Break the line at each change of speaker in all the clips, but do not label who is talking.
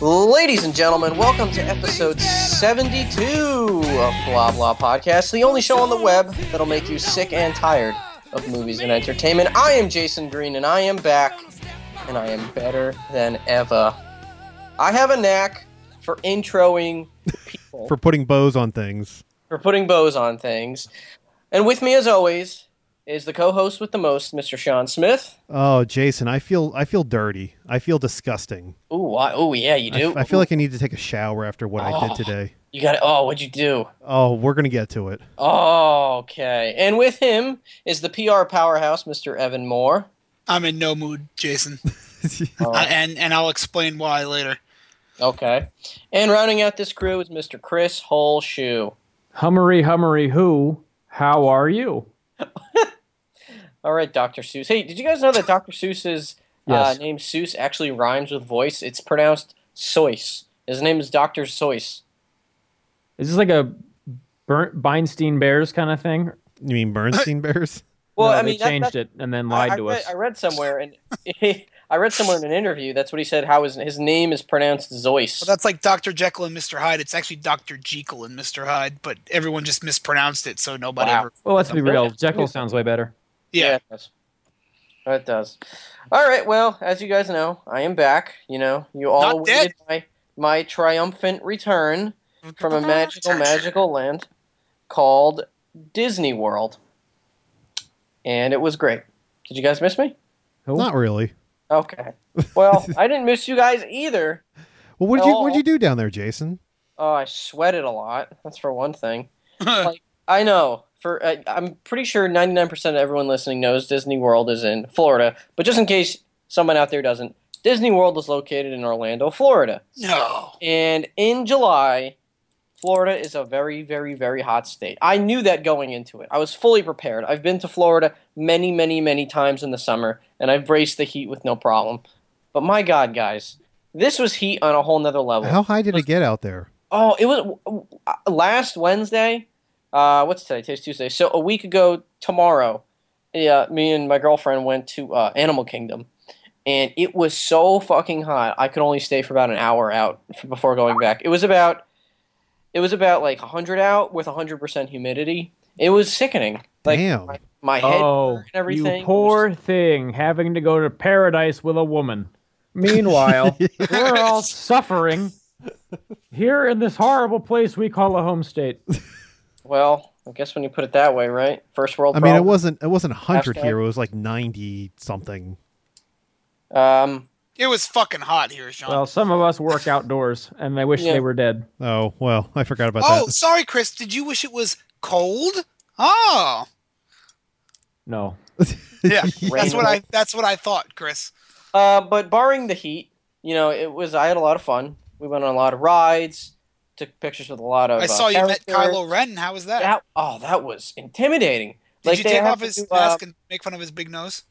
Ladies and gentlemen, welcome to episode 72 of Blah Blah Podcast, the only show on the web that'll make you sick and tired of movies and entertainment. I am Jason Green, and I am back, and I am better than ever. I have a knack for introing people,
for putting bows on things.
for putting bows on things. And with me, as always, is the co host with the most, Mr. Sean Smith.
Oh, Jason, I feel I feel dirty. I feel disgusting.
Ooh, I, ooh yeah, you
I,
do.
f- I feel like I need to take a shower after what I
Oh.
did today.
You got it. Oh, what'd you do?
Oh, we're gonna get to it.
Oh, okay. And with him is the PR powerhouse, Mr. Evan Moore.
I'm in no mood, Jason,
Oh,
I- and and I'll explain why later.
okay. And rounding out this crew is Mr. Chris Whole Shoe.
Hummery, hummery, who? How are you?
All right, Dr. Seuss. Hey, did you guys know that Dr. Seuss's
Yes.
uh, name Seuss actually rhymes with voice? It's pronounced Soyce. His name is Dr. Soyce.
Is this like a burnt Beinstein Bears kind of thing?
You mean Bernstein Bears?
Well,
No,
I mean,
they
that-
changed
that-
it and then
I-
lied
I,
to
read,
us.
I read somewhere, and I read somewhere in an interview. That's what he said. How his his name is pronounced Zoyce.
Well, that's like Dr. Jekyll and Mr. Hyde. It's actually Dr. Jekyll and Mr. Hyde, but everyone just mispronounced it, so nobody
Wow.
ever.
well, let's be
Yeah.
real. Jekyll sounds way better.
Yeah.
it does. It does. All right. Well, as you guys know, I am back. You know, you all waited
Not dead.
my my triumphant return from a magical, magical land called Disney World, and it was great. Did you guys miss me?
Who?
Not really.
Okay. Well, I didn't miss you guys either.
Well, what did you what
No.
did you do down there, Jason?
Oh, I sweated a lot. That's for one thing. I know. For I, I'm pretty sure 99% of everyone listening knows Disney World is in Florida, but just in case someone out there doesn't, Disney World is located in Orlando, Florida.
no.
And in July, Florida is a very, very, very hot state. I knew that going into it. I was fully prepared. I've been to Florida many, many, many times in the summer, and I've braced the heat with no problem. But my God, guys, this was heat on a whole nother level.
How high did it get out there?
Oh, it was w- w- uh, last Wednesday. Uh, what's today? Today's Tuesday. So a week ago tomorrow, yeah, me and my girlfriend went to uh, Animal Kingdom, and it was so fucking hot. I could only stay for about an hour out f- before going back. It was about, it was about like hundred out with hundred percent humidity. It was sickening. Like
Damn.
my, my head
Oh,
hurt and everything. It was
you poor thing having to go to paradise with a woman. Meanwhile, we're all suffering here in this horrible place we call a home state.
just- well, I guess when you put it that way, right? First world.
I mean, it
problem.
wasn't it wasn't hundred
Hashtag.
here. It was like ninety something.
Um,
It was fucking hot here, Sean.
Well, some of us work outdoors and I wish
Yeah.
they were dead.
Oh well, I forgot about
oh,
that.
sorry, Chris. Did you wish it was cold? Oh,
No.
yeah.
Rain
that's what I. That's what I thought, Chris.
Uh, but barring the heat, you know, it was. I had a lot of fun. We went on a lot of rides, took pictures with a lot of.
I
uh,
saw you met
characters.
Kylo Ren. How was that?
That oh, that was intimidating.
Did
like
you
they
take
had
off
to
his
do, uh,
mask and make fun of his big nose?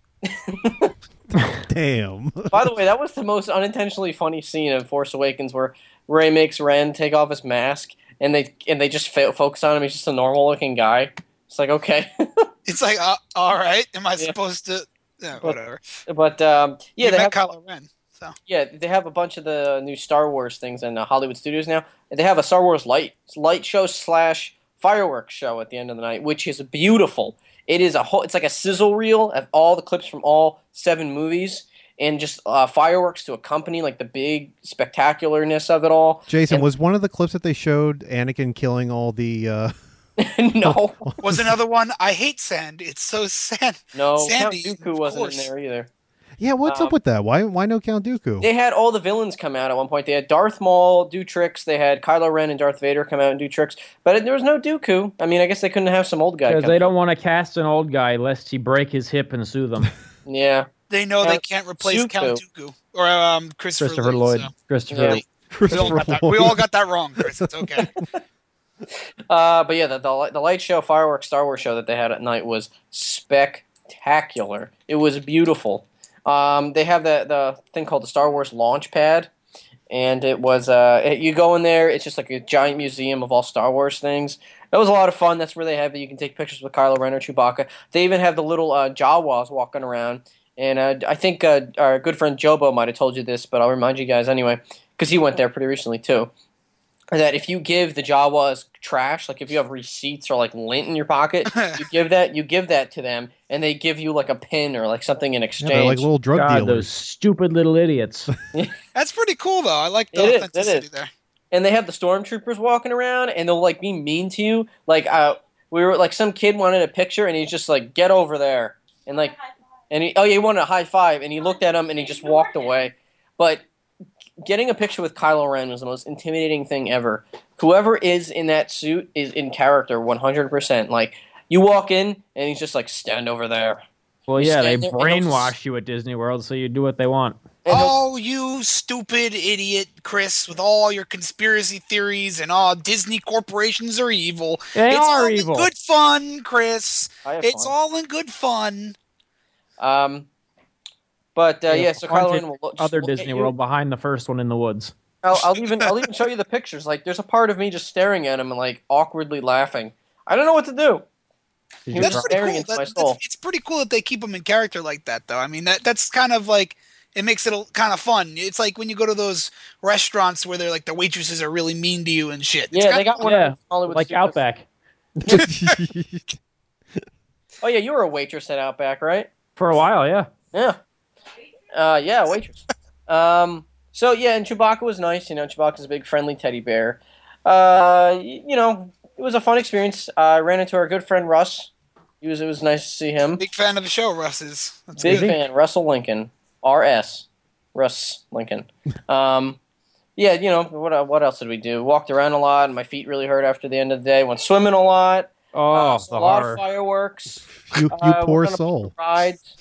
Damn.
By the way, that was the most unintentionally funny scene of Force Awakens, where Ray makes Ren take off his mask, and they and they just fa- focus on him. He's just a normal looking guy. It's like okay,
It's like, uh, all right. Am I
Yeah.
supposed to? Yeah, whatever.
but um, yeah,
you
they
met
have
Kylo Ren. So
Yeah, they have a bunch of the new Star Wars things in uh, Hollywood studios now. They have a Star Wars light light show slash fireworks show at the end of the night, which is beautiful. It is a whole. It's like a sizzle reel of all the clips from all seven movies, and just uh, fireworks to accompany like the big spectacularness of it all.
Jason,
And-
was one of the clips that they showed Anakin killing all the uh
no,
was another one. I hate sand. It's so sad.
no,
Sandy,
Count Dooku
of
wasn't in
course.
there either.
Yeah, what's
Um,
up with that? Why why no Count Dooku?
They had all the villains come out at one point. They had Darth Maul do tricks. They had Kylo Ren and Darth Vader come out and do tricks. But there was no Dooku. I mean, I guess they couldn't have some old guy.
Because
come
they don't want to cast an old guy lest he break his hip and sue them.
Yeah.
They know they
Count
can't replace
Dooku.
Count Dooku or um, Christopher,
Christopher Lloyd.
so-
Christopher.
Yeah.
Lloyd.
We, all
Christopher
got that,
Lloyd.
we all got that wrong, Chris. It's okay.
Uh, but yeah, the, the li- the light show, fireworks, Star Wars show that they had at night was spectacular. It was beautiful. Um, they have the the thing called the Star Wars launch pad, and it was uh, it- you go in there. It's just like a giant museum of all Star Wars things. That was a lot of fun. That's where they have it. You can take pictures with Kylo Ren or Chewbacca. They even have the little uh, Jawas walking around. And uh, I think uh, our good friend Jobo might have told you this, but I'll remind you guys anyway. because he went there pretty recently too. That if you give the Jawas trash, like if you have receipts or like lint in your pocket, you give that you give that to them, and they give you like a pin or like something in
Yeah, they're like
exchange.
little drug
God, those
dealers.
stupid little idiots.
That's pretty cool though. I like the
It is, it
authenticity
is.
there.
and they have the stormtroopers walking around, and they'll like be mean to you. Like uh, we were like some kid wanted a picture, and he's just like, "Get over there!" and like And he, oh, yeah, he wanted a high five, and he looked at him and he just walked away. But getting a picture with Kylo Ren was the most intimidating thing ever. Whoever is in that suit is in character 100%. Like, you walk in, and he's just like, stand over there.
Well,
You
yeah, they
stand there and they'll
brainwash you at Disney World, so you do what they want.
And he'll-
Oh, you stupid idiot, Chris, with all your conspiracy theories and all Disney corporations are evil.
They
it's
are
all
evil.
in good fun, Chris.
I have
It's
fun.
all in good fun.
Um, but uh,
They
yeah, so Kylo
haunted
Ren will look, just
Other
look at
Disney
you.
World behind the first one in the woods.
I'll, I'll even I'll even show you the pictures. Like, there's a part of me just staring at him and like awkwardly laughing. I don't know what to do. He
Did you
was
That's
try-
pretty
staring
cool.
into my
That-
soul.
that's, it's pretty cool that they keep them in character like that, though. I mean, that that's kind of like it makes it kind of fun. It's like when you go to those restaurants where they're like the waitresses are really mean to you and shit. It's
Yeah,
kinda
they got one
Yeah,
of those Hollywood
like
studios.
Outback
Oh yeah, you were a waitress at Outback, right?
for a while. Yeah,
Yeah. Uh, yeah, waitress. um, so yeah, and Chewbacca was nice. You know, Chewbacca's a big friendly teddy bear. Uh, y- you know, it was a fun experience. I ran into our good friend Russ. He was. It was nice to see him.
Big fan of the show, Russ is. That's
Big
good.
fan, Russell Lincoln, R.S. Russ Lincoln. Um, yeah, you know what? What else did we do? Walked around a lot. and My feet really hurt after the end of the day. Went swimming a lot.
oh,
Uh, a
the
lot
horror.
of fireworks.
you you
Uh, we're
poor
gonna-
soul.
rides.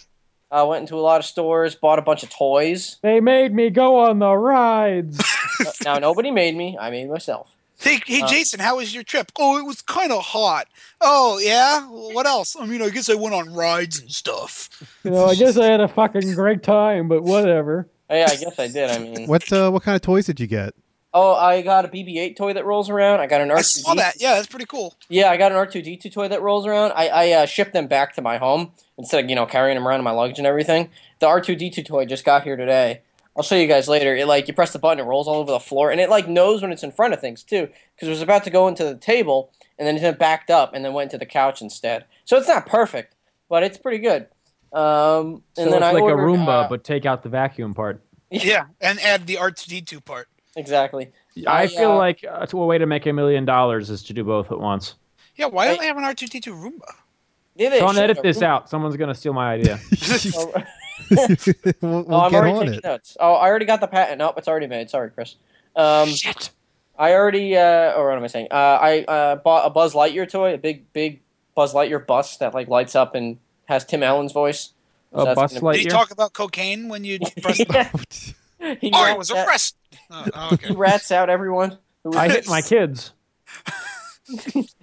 Uh, went into a lot of stores, bought a bunch of toys.
They made me go on the rides.
Uh, now nobody made me; I made myself.
Hey, hey
Uh,
Jason, how was your trip? Oh, it was kind of hot. Oh, yeah? Well, What else? I mean, I guess I went on rides and stuff.
you know, I guess I had a fucking great time, but whatever.
Oh, yeah, I guess I did. I mean,
What uh, what kind of toys did you get?
oh, I got a BB-8 toy that rolls around. I got an
I
R2.
saw that. Yeah, that's pretty cool.
Yeah, I got an R2D2 toy that rolls around. I, I uh, shipped them back to my home instead of you know carrying them around in my luggage and everything. The R2D2 toy just got here today. I'll show you guys later. It like you press the button, it rolls all over the floor, and it like knows when it's in front of things too. Because it was about to go into the table, and then it backed up, and then went to the couch instead. So it's not perfect, but it's pretty good. Um,
So
and then
it's
I
like
ordered,
a Roomba,
uh,
but take out the vacuum part.
Yeah, and add the R2D2 part.
exactly.
I
I,
feel
uh,
like uh, a way to make a million dollars is to do both at once.
Yeah, why don't
I-
they have an R2D2 Roomba?
Yeah, they
Don't
shipped
edit
a
this
Roomba.
out. Someone's gonna steal my idea.
So-
we'll we'll
oh, I'm
get
already
on
taking
it.
notes. Oh, I already got the patent. Nope, it's already made. Sorry, Chris. Um, I already, uh, or what am I saying? Uh, I uh, bought a Buzz Lightyear toy, a big, big Buzz Lightyear bus that like lights up and has Tim Allen's voice. So
A
that's
bus
gonna be-
light
Did you talk about cocaine when you pressed the
Yeah. he,
Oh, I
rats
was
out-
arrested. Oh, oh,
he
okay.
rats out everyone. Who was-
I hit my kids.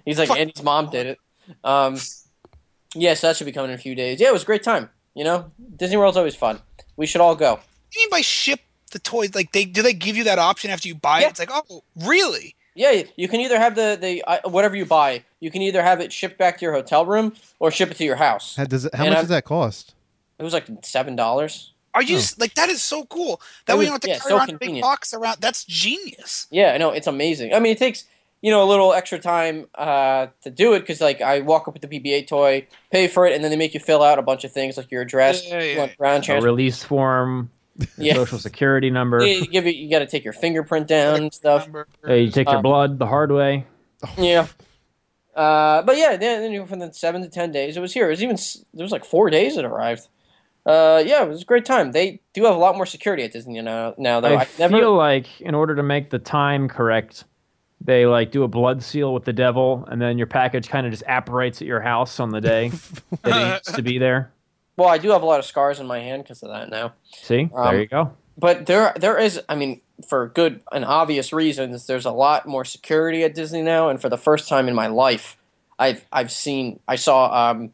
He's like,
Fuck.
Andy's mom did it. Um, yeah, so that should be coming in a few days. Yeah, it was a great time. You know, Disney World's always fun. We should all go.
You mean by ship the toys? Like, they do they give you that option after you buy
Yeah.
it? It's like, oh, really?
Yeah, you can either have the the uh, whatever you buy, you can either have it shipped back to your hotel room or ship it to your house.
How, does it, how
And
much
I'm-
does that cost?
It was like seven dollars.
Are you
Oh.
s like that? Is so cool.
Hmm. It
That way
was-
you don't have to
yeah,
carry
so
around a big
convenient.
box around. That's genius.
Yeah, I know it's amazing. I mean, it takes you know a little extra time uh, to do it because like I walk up with the PBA toy, pay for it, and then they make you fill out a bunch of things like your address,
Yeah, yeah,
you
yeah.
want ground
A
trans-
release form, your
Yeah.
Oh, social security number.
Yeah, you give it, you got to take your fingerprint down and stuff.
Remember-
Uh, you take your
Um,
blood the hard way.
Yeah. Uh, but yeah, then, then you- from the seven to ten days, it was here. It was even s- there was like four days it arrived. Uh, yeah, it was a great time. They do have a lot more security at Disney now. Now though,
I,
I never.
feel like in order to make the time correct, they like do a blood seal with the devil, and then your package kind of just apparates at your house on the day that it needs to be there.
well, I do have a lot of scars in my hand because of that now.
See,
Um,
there you go.
but there there is i mean for good and obvious reasons there's a lot more security at disney now and for the first time in my life i've i've seen i saw um,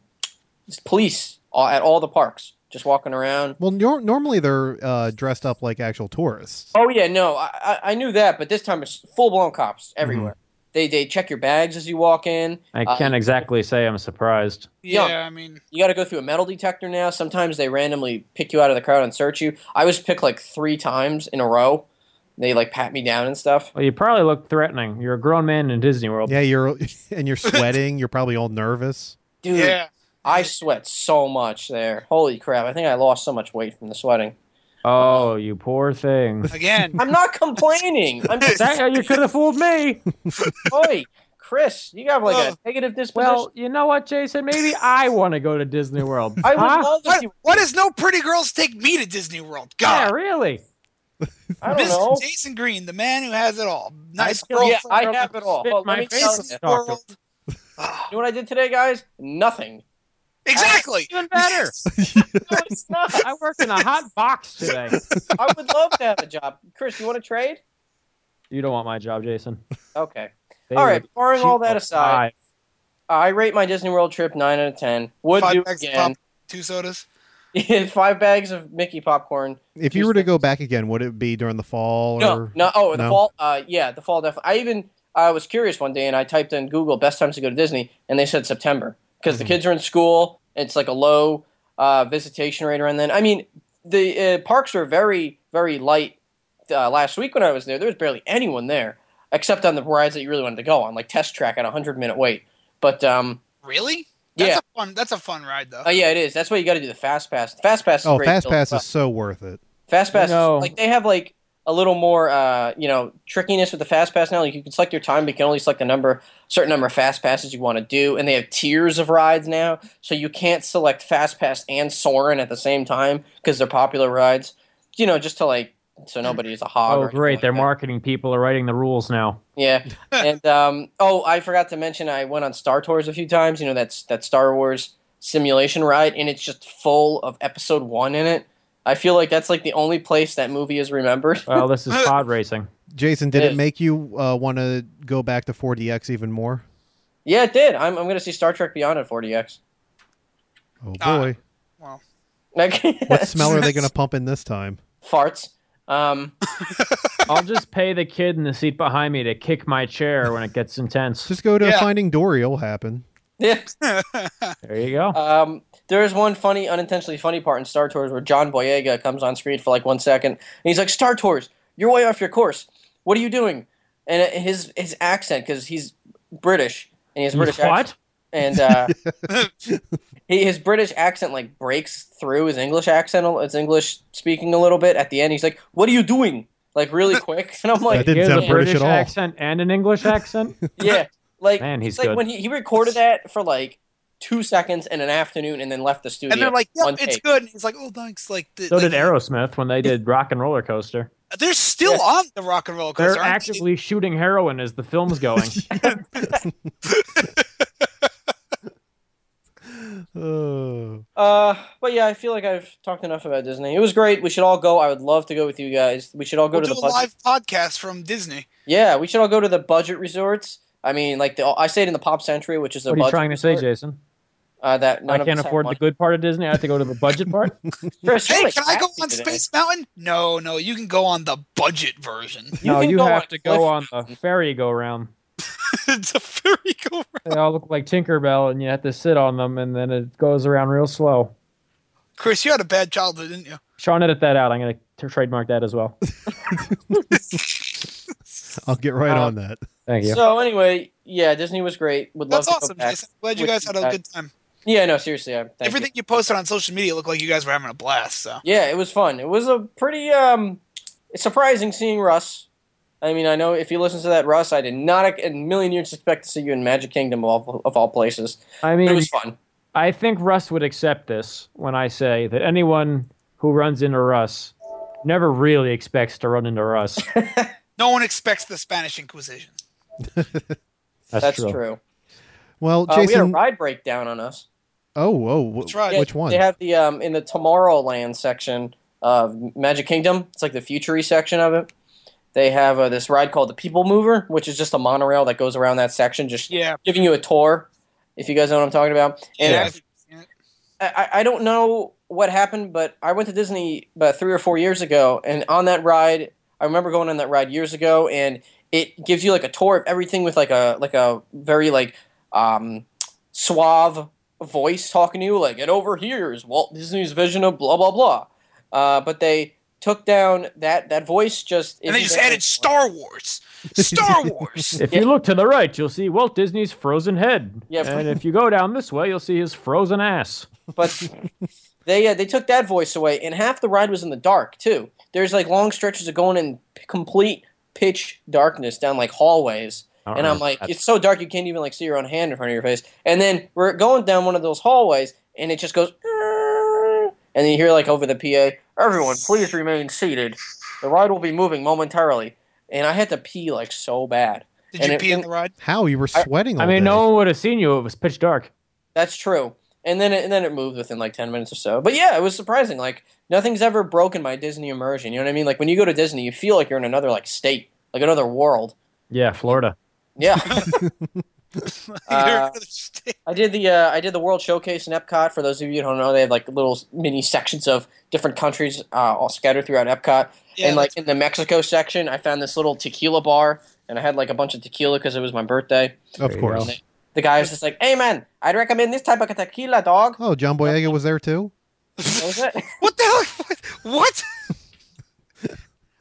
police all- at all the parks just walking around
Well, nor- normally they're uh, dressed up like actual tourists.
oh yeah no i I- i knew that but this time it's full-blown cops everywhere they they check your bags as you walk in
I
uh,
can't exactly say I'm surprised.
Yeah.
Yeah, I mean,
you got to go through a metal detector now. Sometimes they randomly pick you out of the crowd and search you. I was picked like three times in a row They like pat me down and stuff.
Well, you probably look threatening. You're a grown man in Disney World.
Yeah, you're and you're sweating. you're probably all nervous.
Dude,
yeah.
I sweat so much there. Holy crap! I think I lost so much weight from the sweating.
Oh, you poor thing.
Again.
I'm not complaining. I'm just
That- you could have fooled me.
boy, Chris. You have like a
Oh.
negative disposition.
Well, you know what, Jason? Maybe I want to go to Disney World.
I would
Huh?
love if
What,
you.
what does no pretty girls take me to Disney World?
Yeah,
God.
really.
I don't
Mr.
know.
Jason Green, the man who has it all. Nice
I, yeah,
girlfriend.
I have it all.
Spit
Well,
my
let me
face
tell you.
in
You
it. Doctor.
World. Ah,
know what I did today, guys? Nothing.
exactly.
Even better.
No, it's not.
I worked in a hot box today.
I would love to have a job. Chris, you want to trade?
You don't want my job, Jason.
Okay.
They
All right.
would
Barring
shoot
all that
the
aside,
eye.
I rate my Disney World trip nine out of ten. Would
Five
do
bags of
again.
Two sodas.
Five bags of Mickey popcorn.
If
Two
you were to
things.
go back again, would it be during the fall?
No,
or
no. Oh, the
no?
fall. Uh, yeah, the fall. Definitely. I even I was curious one day, and I typed in Google best times to go to Disney, and they said September because the
Mhm.
kids are in school. It's like a low uh, visitation rate around then. I mean, the uh, parks were very, very light. Uh, last week when I was there, there was barely anyone there except on the rides that you really wanted to go on, like Test Track at a hundred minute wait. But um,
Really? That's
yeah,
a fun that's a fun ride though.
uh, yeah, it is. That's why you got to do the Fast Pass. Fast Pass. Is
Oh,
great
fast
still as
pass
well.
is so worth it.
Fast Pass,
I know.
like they have like a little more, uh, you know, trickiness with the Fast Pass now. Like you can select your time, but you can only select a number, certain number of Fast Passes you want to do, and they have tiers of rides now, so you can't select Fast Pass and Soarin' at the same time because they're popular rides. You know, just to like so nobody is a hog. or
Oh,
anything
great.
like
Their
that.
marketing people are writing the rules now.
Yeah, and um, oh, I forgot to mention I went on Star Tours a few times. You know that's that Star Wars simulation ride, and it's just full of Episode One in it. I feel like that's like the only place that movie is remembered.
Well, Oh, this is pod racing.
Jason, did
It-
it make you uh, want to go back to 4DX even more?
Yeah, it did. I'm, I'm going to see Star Trek Beyond at 40X.
Oh
Ah.
boy,
Like,
what smell are they going to pump in this time?
farts. Um,
I'll just pay the kid in the seat behind me to kick my chair when it gets intense.
Just go to
Yeah.
Finding Dory. It'll happen.
yeah.
There you go.
Um, there is one funny, unintentionally funny part in Star Tours where John Boyega comes on screen for like one second, and he's like, "Star Tours, you're way off your course. What are you doing?" And uh, his his accent, because he's British and he has a British accent.
what?
and uh, he, his British accent like breaks through his English accent, a- his English speaking a little bit at the end. He's like, "What are you doing?" Like really quick, and I'm
That
like,
didn't
He has
sound
a
British at all.
accent and an English accent.
"Yeah." Like,
Man, he's
it's like
good.
when he, he recorded that for like two seconds in an afternoon, and then left the studio.
and they're like,
one
Yep, it's
take.
good. And he's like, Oh thanks. Like the,
So
like,
did Aerosmith when they did Rock and Roller Coaster.
They're still
Yeah.
on the rock and roll coaster.
They're
aren't they?
actively shooting heroin as the film's going.
Oh.
Uh, but yeah, I feel like I've talked enough about Disney. It was great. We should all go. I would love to go with you guys. We should all go
We'll
to
do
the
a
budget.
live podcast from Disney.
Yeah, we should all go to the budget resorts. I mean, like the I stayed in the Pop Century, which is a
what are you
budget
trying to say,
resort,
Jason?
Uh, that none
I
of
can't
us have
afford the
money.
good part of Disney. I have to go to the budget part.
Chris, you're,
Hey,
like,
can I go
nasty
on
today.
Space Mountain? No, no, you can go on the budget version.
no,
can
you
go
have
on
to go on
Cliff
the ferry go round.
it's a very cool ride.
They all look like Tinkerbell, and you have to sit on them, and then it goes around real slow.
Chris, you had a bad childhood, didn't you?
Sean, edit that out. I'm going to trademark that as well.
I'll get right
Uh,
on that.
Thank you.
So anyway, yeah, Disney was great. Would love
That's
to
awesome,
go back.
Jason. Glad you
with
guys had a
guys.
good time.
Yeah, no, seriously, I, thank
Everything you. posted on social media looked like you guys were having a blast. So
you. Yeah, it was fun. It was a pretty um, it's surprising seeing Russ. I mean, I know if you listen to that, Russ, I did not in a million years expect to see you in Magic Kingdom of all, of all places.
I
But it
mean,
was fun.
I think Russ would accept this when I say that anyone who runs into Russ never really expects to run into Russ. That's,
no one expects the Spanish Inquisition.
That's
true.
true.
Well,
Uh, we had a
Jason.
ride breakdown on us.
oh, whoa.
That's
wh-
right.
Which one?
They have the um in the Tomorrowland section of Magic Kingdom. It's like the futury section of it. They have uh, this ride called the People Mover, which is just a monorail that goes around that section, just
Yeah.
giving you a tour. If you guys know what I'm talking about, and
Yeah.
actually, I, I I don't know what happened, but I went to Disney about three or four years ago, and on that ride, I remember going on that ride years ago, and it gives you like a tour of everything with like a like a very like um, suave voice talking to you, like and over here is Walt Disney's vision of blah blah blah. Uh, but they took down that that voice. Just
and they just
isn't
added Star Wars. Star Wars.
If
Yeah.
you look to the right, you'll see Walt Disney's frozen head.
Yeah,
and if you go down this way, you'll see his frozen ass.
but they uh, they took that voice away, and half the ride was in the dark too. There's like long stretches of going in p- complete pitch darkness down like hallways,
I don't
and
know
I'm
if
like,
Uh-huh. that's-
it's so dark you can't even like see your own hand in front of your face. And then we're going down one of those hallways, and it just goes, "Err," and then you hear like over the PA, "Everyone, please remain seated. The ride will be moving momentarily." And I had to pee like so bad.
Did
And
you
it-
pee in the ride?
How you were sweating?
I
all
mean,
day.
no one would have seen you. It was pitch dark.
That's true. And then it, and then it moved within like ten minutes or so. But yeah, it was surprising. Like nothing's ever broken my Disney immersion. You know what I mean? Like when you go to Disney, you feel like you're in another like state, like another world.
Yeah, Florida.
Yeah, uh,
You're-
I did the uh, I did the World Showcase in Epcot. For those of you who don't know, they have like little mini sections of different countries uh, all scattered throughout Epcot.
Yeah,
and like in the Mexico section, I found this little tequila bar, and I had like a bunch of tequila because it was my birthday.
There
of
you
course.
go.
The guy was just like, "Hey man, I'd recommend this type of tequila, dog."
Oh, John Boyega was there too.
That was it.
What the hell? What?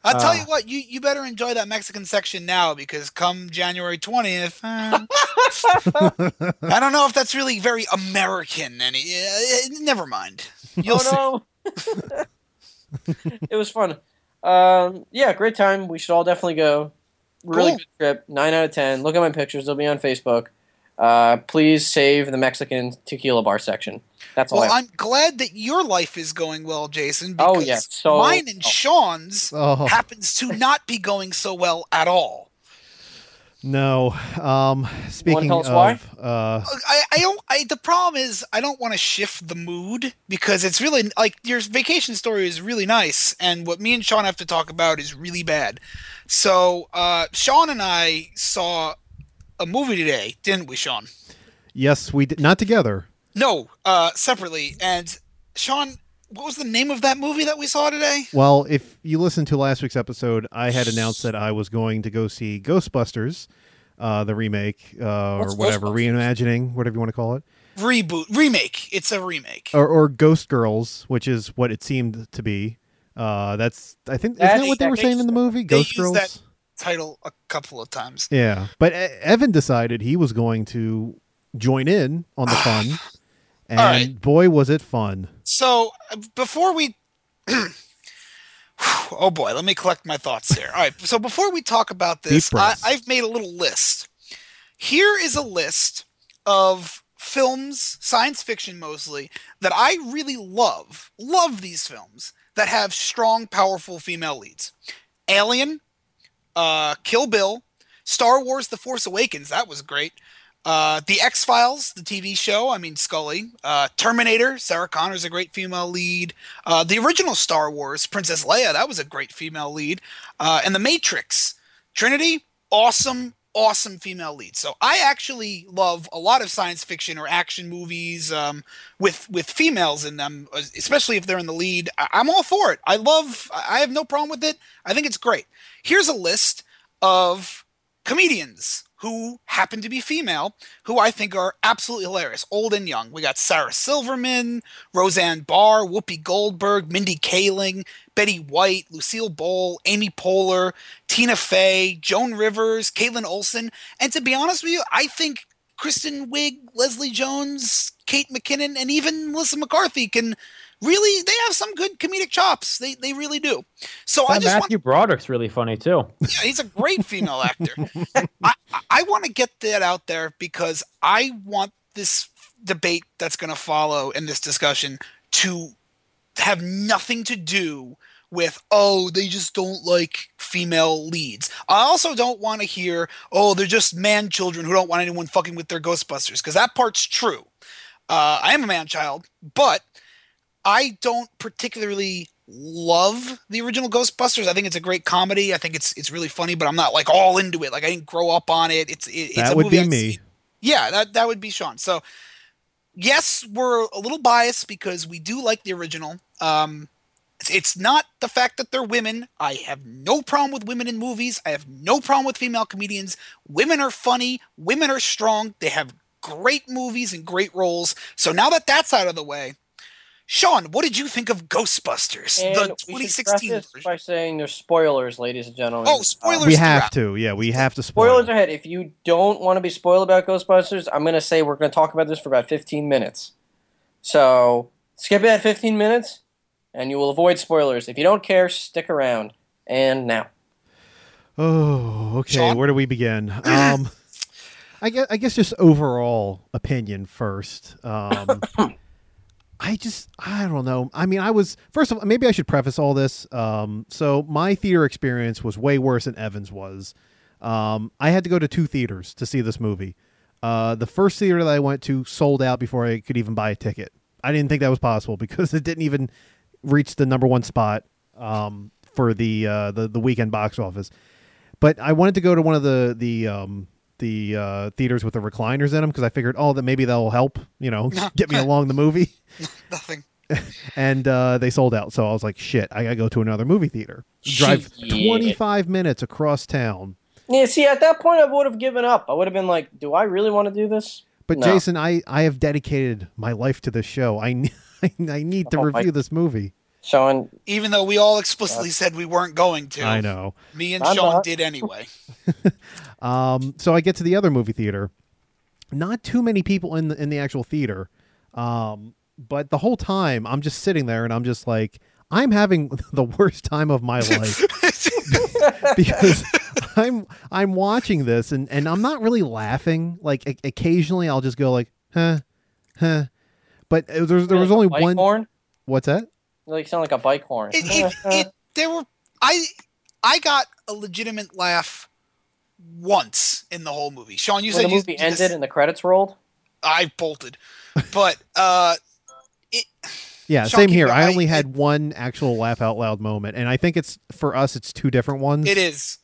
I'll tell
Uh.
you what. You you better enjoy that Mexican section now because come January twentieth, uh, I don't know if that's really very American. Any, uh, never mind. You'll see.
oh no! it was fun. Um, yeah, great time. We should all definitely go. Really
Cool.
good trip. Nine out of ten. Look at my pictures; they'll be on Facebook. Uh, please save the Mexican tequila bar section. That's all.
Well,
I-
I'm glad that your life is going well, Jason.
Oh,
Because
yeah, so-
mine and
oh.
Sean's
Oh
happens to not be going so well at all.
no. Um, speaking
tell
of,
us why?
uh,
I, I don't. I, the problem is I don't want to shift the mood because it's really like your vacation story is really nice, and what me and Sean have to talk about is really bad. So uh, Sean and I saw a movie today, didn't we, Sean?
yes, we did not together.
No, uh, separately. And Sean, what was the name of that movie that we saw today?
Well, if you listened to last week's episode, I had announced that I was going to go see Ghostbusters, uh, the remake uh, or
What's
whatever
Ghostbusters?
reimagining, whatever you want to call it,
Reboot, remake. It's a remake.
or, or Ghost Girls, which is what it seemed to be. Uh, that's I think isn't
That's-
that what they
that
were saying in the movie?
they
Ghost
use
Girls.
that- Title a couple of times.
Yeah, but E- Evan decided he was going to join in on the fun, and
right.
boy was it fun!
So uh, before we, oh boy, let me collect my thoughts there. All right, so before we talk about this,
Deep
I,
breath.
I've made a little list. Here is a list of films, science fiction mostly, that I really love. Love these films that have strong, powerful female leads. Alien, uh, Kill Bill, Star Wars: The Force Awakens. That was great. Uh, the X Files, the TV show. I mean Scully. Uh, Terminator. Sarah Connor's a great female lead. Uh, the original Star Wars, Princess Leia. That was a great female lead. Uh, and The Matrix, Trinity. Awesome, awesome female lead. So I actually love a lot of science fiction or action movies um, with with females in them, especially if they're in the lead. I- I'm all for it. I love. I I have no problem with it. I think it's great. Here's a list of comedians who happen to be female who I think are absolutely hilarious, old and young. We got Sarah Silverman, Roseanne Barr, Whoopi Goldberg, Mindy Kaling, Betty White, Lucille Ball, Amy Poehler, Tina Fey, Joan Rivers, Caitlin Olsen. And to be honest with you, I think Kristen Wiig, Leslie Jones, Kate McKinnon, and even Melissa McCarthy can really they have some good comedic chops. They they really do. So I
That
just want
Matthew Broderick's really funny too.
yeah, he's a great female actor. I, I want to get that out there because I want this debate that's going to follow in this discussion to have nothing to do with oh they just don't like female leads. I also don't want to hear oh they're just man children who don't want anyone fucking with their Ghostbusters because that part's true. Uh, I am a man child, but I don't particularly love the original Ghostbusters. I think it's a great comedy. I think it's it's really funny, but I'm not like all into it. Like I didn't grow up on it. It's it, it's
that
a
would
movie
be
I've
me.
seen- Yeah, that that would be Sean. So yes, we're a little biased because we do like the original. Um, it's- it's not the fact that they're women. I have no problem with women in movies. I have no problem with female comedians. Women are funny. Women are strong. They have great movies and great roles. So now that that's out of the way, Sean, what did you think of Ghostbusters,
And
the
we should
2016
preface
version?
by saying there's spoilers, ladies and gentlemen.
Oh, spoilers
we
throughout.
have to. Yeah, we have to spoil.
Spoilers ahead. If you don't want to be spoiled about Ghostbusters, I'm going to say we're going to talk about this for about 15 minutes. So skip that 15 minutes, and you will avoid spoilers. If you don't care, stick around. And now,
Oh, okay.
Sean?
Where do we begin? Um, I guess I guess just overall opinion first. Um, I just I don't know. I mean, I was first of all maybe I should preface all this. Um, so my theater experience was way worse than Evans was. Um, I had to go to two theaters to see this movie. Uh, the first theater that I went to sold out before I could even buy a ticket. I didn't think that was possible because it didn't even reach the number one spot um, for the, uh, the the weekend box office. But I wanted to go to one of the the um, the uh, theaters with the recliners in them because I figured, oh, that maybe that'll help, you know, get me along the movie
Nothing.
and uh, they sold out. So I was like, shit, I gotta go to another movie theater. Drive
Shit.
25 minutes across town.
yeah. See, at that point, I would have given up. I would have been like, "Do I really want to do this?"
But
No.
Jason, I, I have dedicated my life to this show. I, ne- I, need to
Oh, my-
review this movie.
Sean,
Even though we all explicitly said we weren't going to.
I know.
Me and
I'm
Sean
not.
did anyway.
Um, so I get to the other movie theater. Not too many people in the, in the actual theater. Um, but the whole time I'm just sitting there and I'm just like, I'm having the worst time of my life. because I'm I'm watching this and and I'm not really laughing. Like o- occasionally I'll just go like, huh, huh. But uh, there's there was only
bike
one.
horn.
What's that?
Like you sound like a bike horn.
it, it, it, there were I I got a legitimate laugh once in the whole movie. Sean, you
when the
said you-
movie
you
ended
just-
and the credits rolled.
I bolted, but uh,
Yeah,
Sean,
same
keep
here.
it-
I
I-
only
it-
had one actual laugh out loud moment, and I think it's for us. It's two different ones.
it is.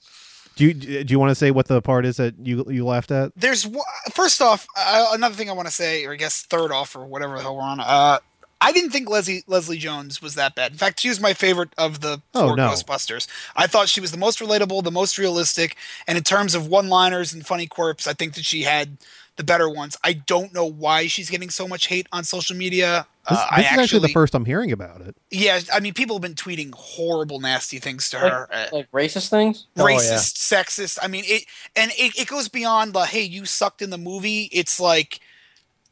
Do you do you want to say what the part is that you you laughed at?
There's wa- first off uh, another thing I want to say, or I guess third off, or whatever the hell we're on. Uh, I didn't think Leslie Leslie Jones was that bad. In fact, she was my favorite of the
Oh,
four
no.
Ghostbusters. I thought she was the most relatable, the most realistic, and in terms of one-liners and funny quirps, I think that she had the better ones. I don't know why she's getting so much hate on social media.
This,
uh,
this
I
is actually, the first I'm hearing about it.
Yeah, I mean, people have been tweeting horrible, nasty things to
Like-
her. uh,
Like racist things.
Oh, yeah.
racist, sexist. I mean, it and it, it goes beyond the hey, you sucked in the movie. It's like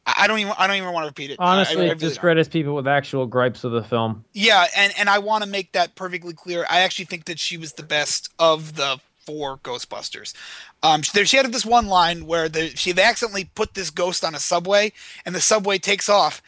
I I don't even I don't even want to repeat it. I- I- I
Honestly,
really
it
don't.
discredits people with actual gripes of the film.
Yeah, and and I want to make that perfectly clear. I actually think that she was the best of the four Ghostbusters. Um, she, there, she had this one line where the, she they accidentally put this ghost on a subway, and the subway takes off,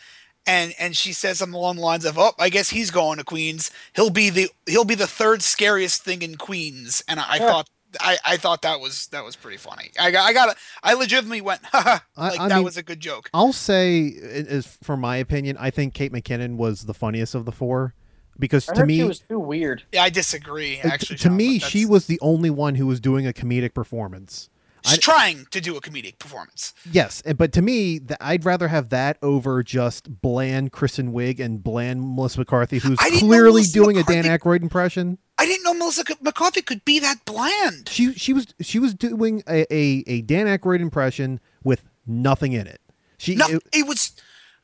and and she says something along the lines of, "Oh, I guess he's going to Queens. He'll be the he'll be the third scariest thing in Queens." And I, I
Yeah.
thought. I, I thought that was that was pretty funny. I got I got I legitimately went "Ha ha,"
I-
like
I
that
mean-
was a good joke.
I'll say, i- is for my opinion, I think Kate McKinnon was the funniest of the four because
I
to
heard
me
she was too weird.
Yeah, I disagree
Uh, t-
actually.
to
John,
me,
but
she
that's-
was the only one who was doing a comedic performance.
she's trying to do a comedic performance.
Yes, and- but to me, th- I'd rather have that over just bland Kristen Wiig and bland Melissa McCarthy, who's
I didn't know
clearly
Melissa
doing a Dan
McCarthy-
Aykroyd impression.
I didn't know Melissa C- McCarthy could be that bland.
She she was she was doing a, a, a Dan Aykroyd impression with nothing in it. She
No,
it-
it was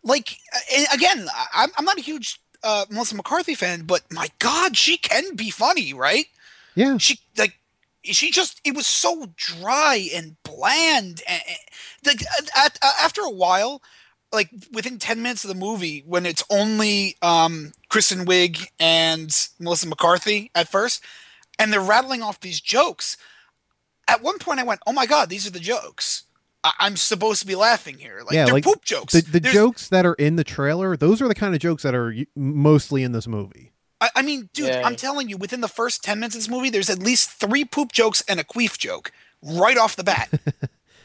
like and again. I- I'm I'm not a huge uh, Melissa McCarthy fan, but my God, she can be funny, right?
yeah.
She like she just it was so dry and bland. And, and- like at, uh, after a while, like within ten minutes of the movie, when it's only um, Kristen Wiig and Melissa McCarthy at first, and they're rattling off these jokes. At one point, I went, "Oh my God, these are the jokes." I- I'm supposed to be laughing here. Like
Yeah,
they're
like,
poop jokes.
The, the
There's-
jokes that are in the trailer, those are the kind of jokes that are y- mostly in this movie.
I, I mean, dude,
Yeah.
I'm telling you, within the first ten minutes of this movie, there's at least three poop jokes and a queef joke right off the bat.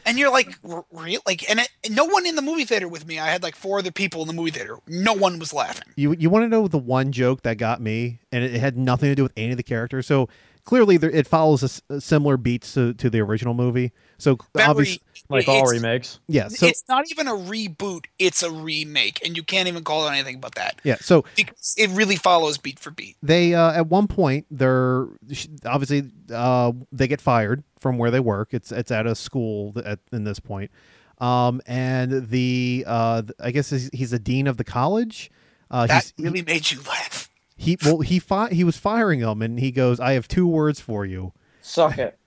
and you're like, "R- real? Like, and, it, and no one in the movie theater with me. I had like four other people in the movie theater. No one was laughing.
You you want to know the one joke that got me, and it, it had nothing to do with any of the characters. So clearly, there, it follows a s- a similar beats to, to the original movie. So
Very-
obviously,
Like all
it's-
remakes.
yeah. So
it's not even a reboot; it's a remake, and you can't even call it anything but that
yeah. So
because it really follows beat for beat.
they uh, at one point they're sh- obviously uh, they get fired from where they work. It's it's at a school th- at in this point, um, and the uh, th- I guess he's, he's a dean of the college. Uh,
That
he's,
really made you laugh.
he well he fi- he was firing him, and he goes, "I have two words for you."
Suck it.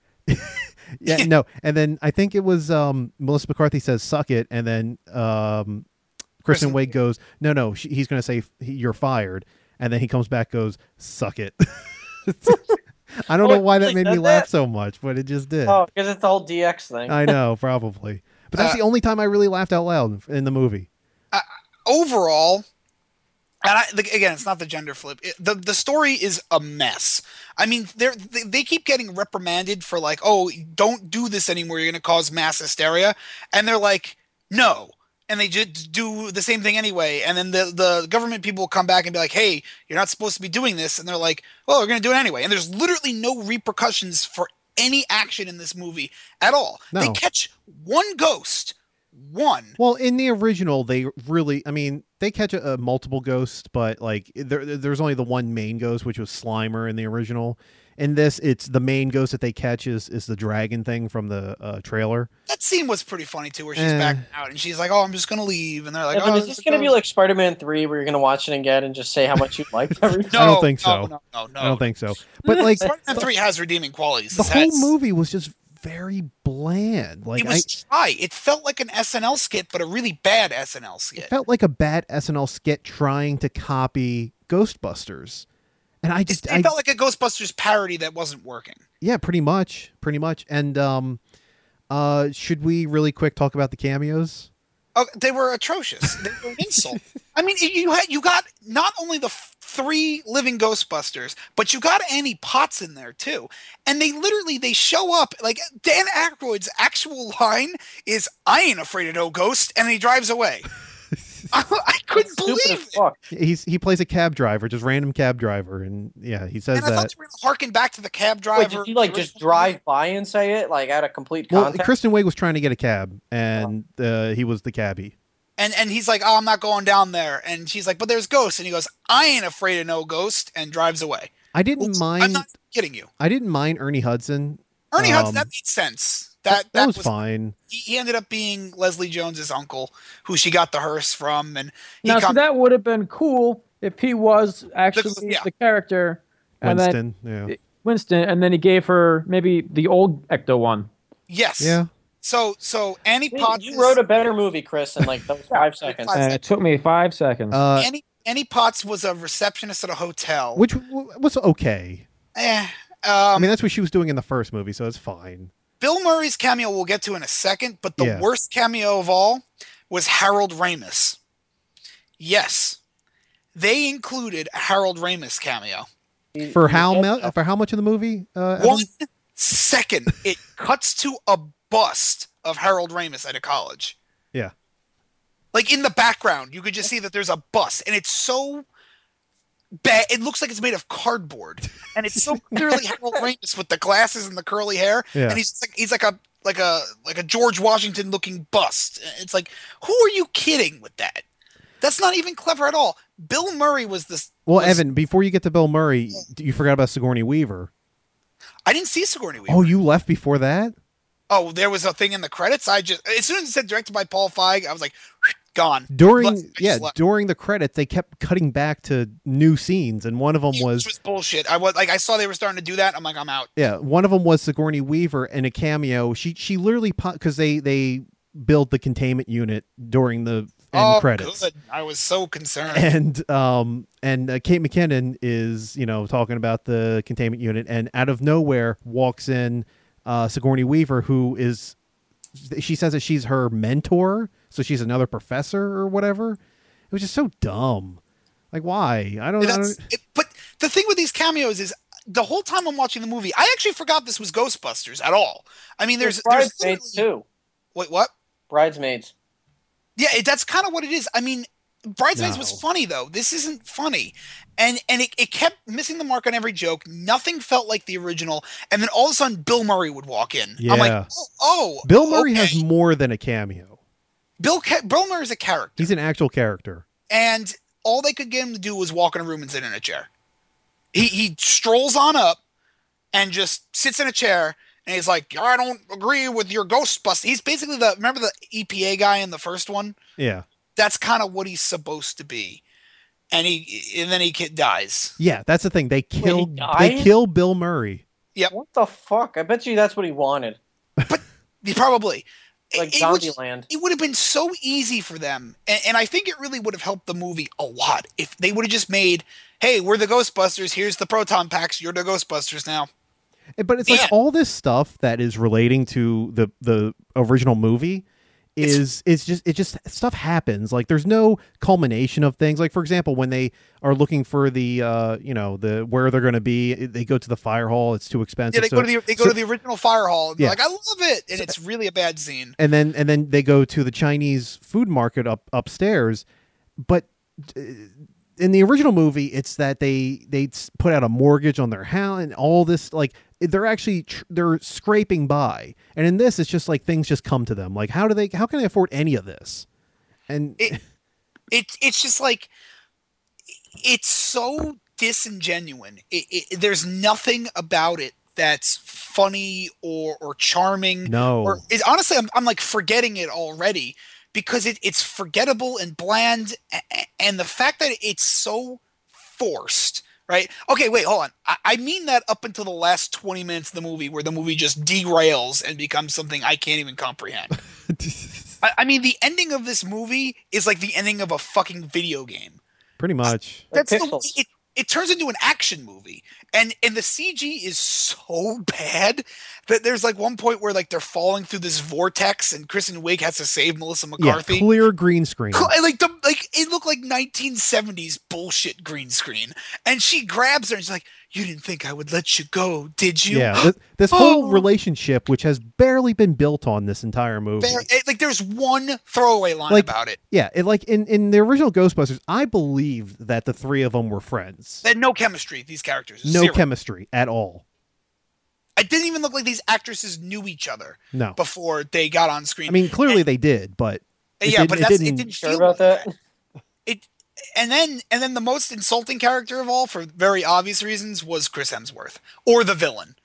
Yeah, no. And then I think it was um, Melissa McCarthy says, "Suck it," and then um, Kristen
Kristen-
Wiig goes, "No, no." She, he's going to say, "You're fired," and then he comes back, goes, "Suck it." I don't
Oh,
know why
it
that
really
made me
does
laugh
that?
so much, but it just did.
Oh, because it's the whole DX thing.
I know, probably. But that's
Uh,
the only time I really laughed out loud in the movie.
Overall, and I, the, again, it's not the gender flip. It- the The story is a mess. I mean, they're, they they keep getting reprimanded for like, oh, don't do this anymore. You're going to cause mass hysteria, and they're like, no. And they just do the same thing anyway. And then the, the government people come back and be like, hey, you're not supposed to be doing this. And they're like, well, we're going to do it anyway. And there's literally no repercussions for any action in this movie at all. They
No.
catch one ghost, one.
Well, in the original, they really, I mean, they catch a, a multiple ghosts, but like there, there's only the one main ghost, which was Slimer in the original. In this, it's the main ghost that they catch is, is the dragon thing from the uh, trailer.
That scene was pretty funny too, where she's
Eh.
back out and she's like, "Oh, I'm just gonna leave," and they're like,
Yeah, but
"Oh,
is
it's
this
a
going to be
ghost."
like Spider Man 3 where you're going to watch it again and just say how much you liked every
No,
I don't think so.
No, no, no.
I don't think so. But like
Spider-Man Three has redeeming qualities.
the
It
whole
has-
movie was just very bland. Like
it was dry. It felt like an SNL skit, but a really bad SNL
I, it
skit.
felt like a bad SNL skit trying to copy Ghostbusters. And I
It,
just
it
I
felt like a Ghostbusters parody that wasn't working.
Yeah, pretty much, pretty much. And um, uh, should we really quick talk about the cameos?
Oh, they were atrocious. They were an insult. I mean, you had you got not only the f- three living Ghostbusters, but you got Annie Potts in there too. And they literally they show up like Dan Aykroyd's actual line is "I ain't afraid of no ghost," and he drives away. I, I couldn't
Stupid
believe
as
it.
fuck.
He's he plays a cab driver, just random cab driver, and yeah, he says
And I thought
that.
they were going to harken back to the cab driver.
Wait, did you like just drive by and say it like out of complete
Well,
context?
Kristen Wiig was trying to get a cab, and uh, he was the cabbie.
And and he's like, "Oh, I'm not going down there." And she's like, "But there's ghosts." And he goes, "I ain't afraid of no ghost," and drives away.
I didn't
I'm
mind.
not kidding you.
I didn't mind Ernie Hudson.
Ernie
Um,
Hudson, that made sense. That
That, was,
was
fine.
he, he ended up being Leslie Jones's uncle, who she got the hearse from, and he
Now, so
come-
that would have been cool if he was actually
yeah.
the character, and then
Winston, yeah,
Winston, and then he gave her maybe the old Ecto one.
yes,
yeah.
So so Annie
You-
Potts,
you wrote a better movie, Chris, in like those five seconds.
Five
And it took me five seconds.
Uh,
Annie Annie Potts was a receptionist at a hotel.
which w- was okay.
eh, um,
I mean, that's what she was doing in the first movie, so it's fine.
Bill Murray's cameo we'll get to in a second, but the
Yeah.
worst cameo of all was Harold Ramis. Yes, they included a Harold Ramis cameo.
You-
For
you
how
did
mu-
that.
for how much of the movie? Uh, Evan?
One second, it cuts to a bust of Harold Ramis at a college.
Yeah.
Like in the background, you could just see that there's a bust, and it's so bad. It looks like it's made of cardboard, and it's so clearly Harold Ramis with the glasses and the curly hair,
Yeah.
and he's just like he's like a like a like a George Washington looking bust. It's like, who are you kidding with that? That's not even clever at all. Bill Murray was this.
Well,
was-
Evan, before you get to Bill Murray, you forgot about Sigourney Weaver.
I didn't see Sigourney Weaver.
Oh, you left before that?
oh, there was a thing in the credits. I just as soon as it said directed by Paul Feig, I was like, gone.
During
Left- I just
yeah,
left.
during the credits, they kept cutting back to new scenes, and one of them
Which
was
bullshit. I was like, I saw they were starting to do that. I'm like, I'm out.
yeah, one of them was Sigourney Weaver in a cameo. She she literally because they they build the containment unit during the end
oh,
credits.
good. I was so concerned.
And um and uh, Kate McKinnon is you know talking about the containment unit, and out of nowhere walks in uh, Sigourney Weaver, who is she says that she's her mentor, so she's another professor or whatever. It was just so dumb. Like why? I don't. I
That's-
don't
it- but the thing with these cameos is the whole time I'm watching the movie, I actually forgot this was Ghostbusters at all. I mean, there's there's
Bridesmaids
literally-
too.
wait, what?
Bridesmaids.
Yeah, it, that's kind of what it is. I mean, Bridesmaids was
No.
funny though. This isn't funny, and and it, it kept missing the mark on every joke. Nothing felt like the original. And then all of a sudden, Bill Murray would walk in. I'm
Yeah.
like, oh, oh
Bill Murray
okay.
has more than a cameo.
Bill Ca- Bill Murray's a character.
He's an actual character.
and all they could get him to do was walk in a room and sit in a chair. He he strolls on up and just sits in a chair and he's like, I don't agree with your Ghostbusters. He's basically the remember the EPA guy in the first one.
Yeah.
That's kind of what he's supposed to be. and he and then he ki- dies.
Yeah, that's the thing. They kill they
died?
kill Bill Murray.
What the fuck? I bet you that's what he wanted.
He probably it-
Like
it was-
Zombieland.
it would have been so easy for them and, and i think it really would have helped the movie a lot if they would have just made hey we're the ghostbusters here's the proton packs you're the ghostbusters now
Eh, But it's like
Yeah.
all this stuff that is relating to the the original movie
It's-
is it's, just it just stuff happens. Like there's no culmination of things. Like for example, when they are looking for the uh you know the where they're going to be, eh, they go to the fire hall. It's too expensive.
yeah they
so-
go to the they go
so-
to the original fire hall and they're
Yeah.
like i love it and it's really a bad scene
and then and then they go to the Chinese food market up upstairs. But uh, in the original movie, it's that they they s- put out a mortgage on their house and all this like they're actually tr- they're scraping by. And in this, it's just like things just come to them. Like how do they how can they afford any of this? And
It- it, it's just like it's so disingenuous it, it, there's nothing about it that's funny or or charming
no,
or it, honestly I'm, I'm like forgetting it already because it, it's forgettable and bland a- a- and the fact that it's so forced right okay wait hold on I, I mean that up until the last 20 minutes of the movie where the movie just derails and becomes something i can't even comprehend I, I mean the ending of this movie is like the ending of a fucking video game
pretty much.
Like
that's the way
Pixels.
it, it turns into an action movie and and the cg is so bad that there's like one point where like they're falling through this vortex and kristen wig has to save melissa mccarthy
Yeah, clear green screen.
Cl- and, like the like it looked like 1970s bullshit green screen and she grabs her and she's like you didn't think i would let you go did you
Yeah, th- this whole
Oh.
relationship, which has barely been built on this entire movie,
Bar- it- like there's one throwaway line
Like-
about it
Yeah, it, like in, in the original Ghostbusters, I believed that the three of them were friends.
that no chemistry these characters
no
zero.
chemistry at all.
it didn't even look like these actresses knew each other
No,
before they got on screen
I mean clearly they did, but it
yeah
didn't-
but
it
that's,
didn't-
it didn't
Sure
feel
about
like
that?
and then and then the most insulting character of all for very obvious reasons was Chris Hemsworth or the villain.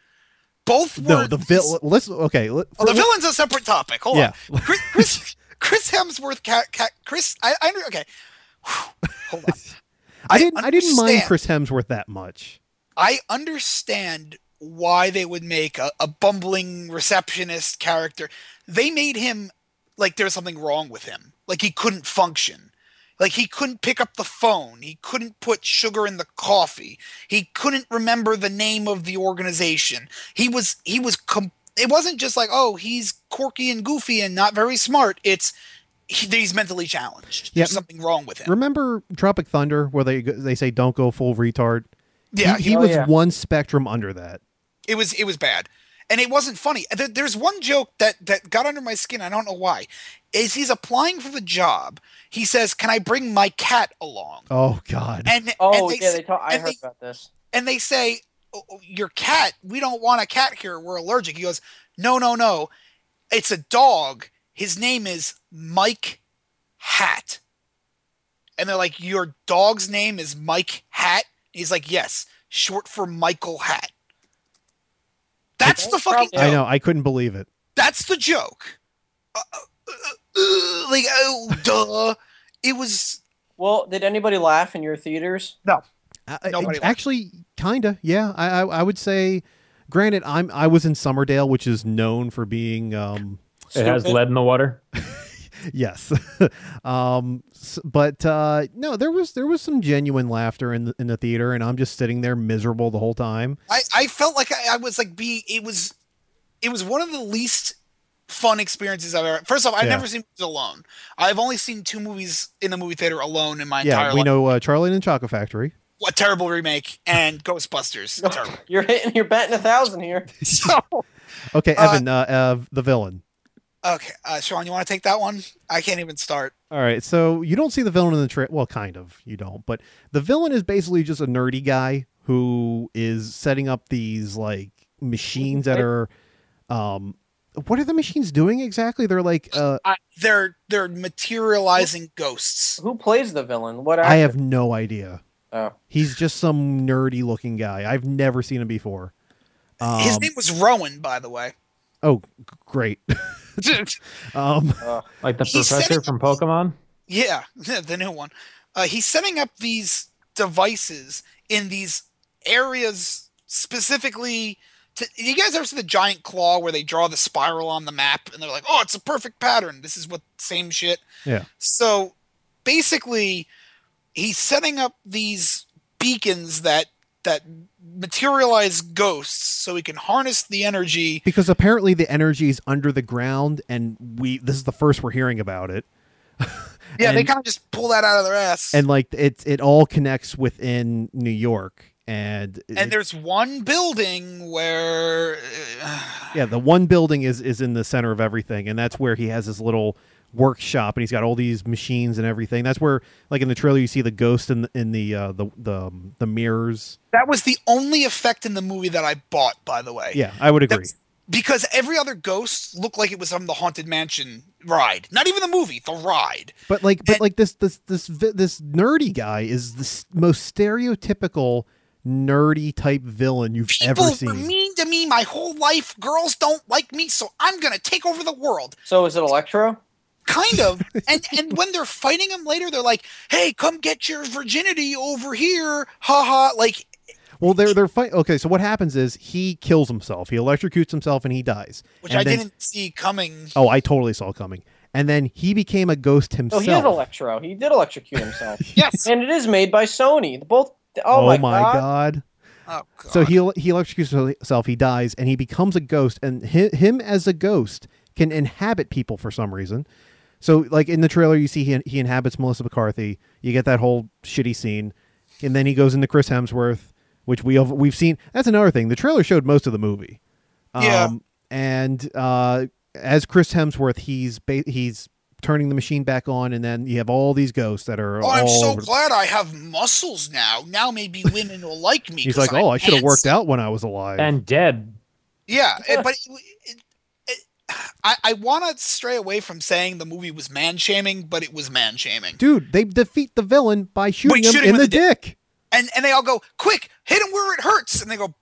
Both were
no, the villain. Let's okay. Let,
Oh, the villain's a separate topic. Hold
yeah,
on. Chris Chris, Chris Hemsworth ca- ca- Chris I, I under- okay. Hold on.
I didn't. I didn't mind
understand-
Chris Hemsworth that much.
I understand why they would make a, a bumbling receptionist character. They made him like there was something wrong with him. Like he couldn't function. Like he couldn't pick up the phone. He couldn't put sugar in the coffee. He couldn't remember the name of the organization. He was he was com- it wasn't just like oh he's quirky and goofy and not very smart. It's he, he's mentally challenged. There's
Yeah.
something wrong with him.
Remember Tropic Thunder, where they they say don't go full retard.
yeah,
he,
he-
he
Oh,
was
yeah.
one spectrum under that.
It was it was bad, and it wasn't funny. There, there's one joke that that got under my skin. I don't know why. Is he's applying for the job? He says, "Can I bring my cat along?"
Oh God,
And
Oh
and they,
yeah,
s-
they talk. I
and
heard
they-
about this.
and they say, "Oh, oh, "Your cat? We don't want a cat here. We're allergic." He goes, "No, no, no. It's a dog. His name is Mike Hat." And they're like, "Your dog's name is Mike Hat?" He's like, "Yes, short for Michael Hat." That's the fucking
Yeah.
I know. I couldn't believe it.
that's the joke. Uh, uh, uh, uh, like, oh, duh. It was.
Well, did anybody laugh in your theaters?
I- I-
Nobody liked-
Uh, actually, kinda, yeah. I, I I would say, granted, I'm I was in Summerdale, which is known for being um
It has
Stupid.
lead in the water.
yes, um s- but uh no, there was there was some genuine laughter in the, in the theater, and I'm just sitting there miserable the whole time.
I, I felt like I, I was like being. It was. It was one of the least fun experiences I've ever. First off, I've
Yeah.
never seen movies alone. I've only seen two movies in the movie theater alone in my
yeah,
entire
we
life.
know uh, Charlie and the Chocolate Factory.
A terrible remake and Ghostbusters.
No.
Terrible.
You're hitting. You're batting a thousand here.
So
Okay,
Uh,
Evan, uh, uh the villain.
okay, uh, Sean, you want to take that one? I can't even start.
All right, so you don't see the villain in the trailer. Well, kind of, you don't. But the villain is basically just a nerdy guy who is setting up these like machines that are, um, what are the machines doing exactly? They're like, uh,
I, they're they're materializing ghosts.
Who plays the villain? What?
I
actor?
have no idea.
Oh.
He's just some nerdy looking guy. I've never seen him before. Um,
His name was Rowan, by the way.
Oh, g- great. um,
Like the
He said
professor
it-
from Pokemon.
Yeah, the new one. Uh, he's setting up these devices in these areas specifically. To, you guys ever see the giant claw where they draw the spiral on the map and they're like, "Oh, it's a perfect pattern. This is what same shit."
Yeah.
So basically, he's setting up these beacons that that materialize ghosts so he can harness the energy
because apparently the energy is under the ground, and we this is the first we're hearing about it.
Yeah, they
And-
kind of just pull that out of their ass.
and like it it all connects within New York and
and there's one building where uh,
yeah the one building is is in the center of everything and that's where he has his little workshop and he's got all these machines and everything that's where like in the trailer you see the ghost in the in the uh, the the, um, the mirrors
that was the only effect in the movie that I bought, by the way.
yeah I would agree
That's- Because every other ghost looked like it was from the Haunted Mansion ride. Not even the movie, the ride.
but like but
and-
like this this this vi- this nerdy guy is the s- most stereotypical nerdy type villain you've
People
ever
were
seen
mean to me my whole life. Girls don't like me, so I'm gonna take over the world.
So is it Electro?
Kind of. and and when they're fighting him later, they're like, "Hey, come get your virginity over here!" Ha ha! Like
well they're they're fight okay so what happens is he kills himself he electrocutes himself and he dies
which
And
I
then-
didn't see coming.
Oh, I totally saw it coming. And then he became a ghost
No,
himself.
Oh, he is Electro. He did electrocute himself,
Yes.
and it is made by Sony. Both. Oh, my, god.
god.
Oh, God.
So he he electrocutes himself, he dies, and he becomes a ghost. And him, him as a ghost can inhabit people for some reason. So, like in the trailer, you see he, he inhabits Melissa McCarthy. You get that whole shitty scene, and then he goes into Chris Hemsworth, which we have, we've seen. That's another thing. The trailer showed most of the movie. Um,
Yeah.
And uh, as Chris Hemsworth, he's ba- he's turning the machine back on, and then you have all these ghosts that are.
Oh, I'm
all
so
over the-
glad I have muscles now. Now maybe women will like me.
He's
'cause
like,
I'm
oh, I should have worked
handsome."
out when I was alive.
and dead.
Yeah, it- but it, it, it, I, I want to stray away from saying the movie was man shaming, but it was man shaming.
dude, they defeat the villain by shooting him
shoot him
in
with
the
the dick.
dick.
And and they all go, quick, hit him where it hurts. And they go,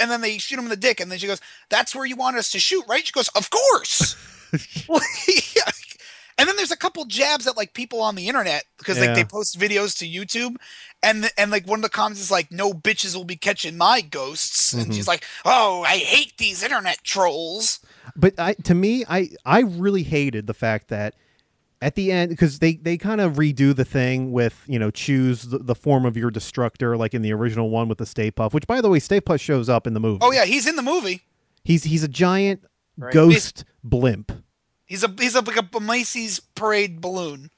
and then they shoot him in the dick. And then she goes, that's where you want us to shoot, right? She goes, of course. Well, yeah. And then there's a couple jabs at like people on the internet because
Yeah.
like they post videos to YouTube, and th- and like one of the comments is like, "No bitches will be catching my ghosts," and
Mhm.
she's like, "Oh, I hate these internet trolls."
But I, to me, I I really hated the fact that at the end because they they kind of redo the thing with you know choose the, the form of your destructor like in the original one with the Stay Puff, which by the way, Stay Puff shows up in the movie.
Oh yeah, he's in the movie.
he's he's a giant
Right.
ghost blimp,
He's a he's a, like a Macy's parade balloon.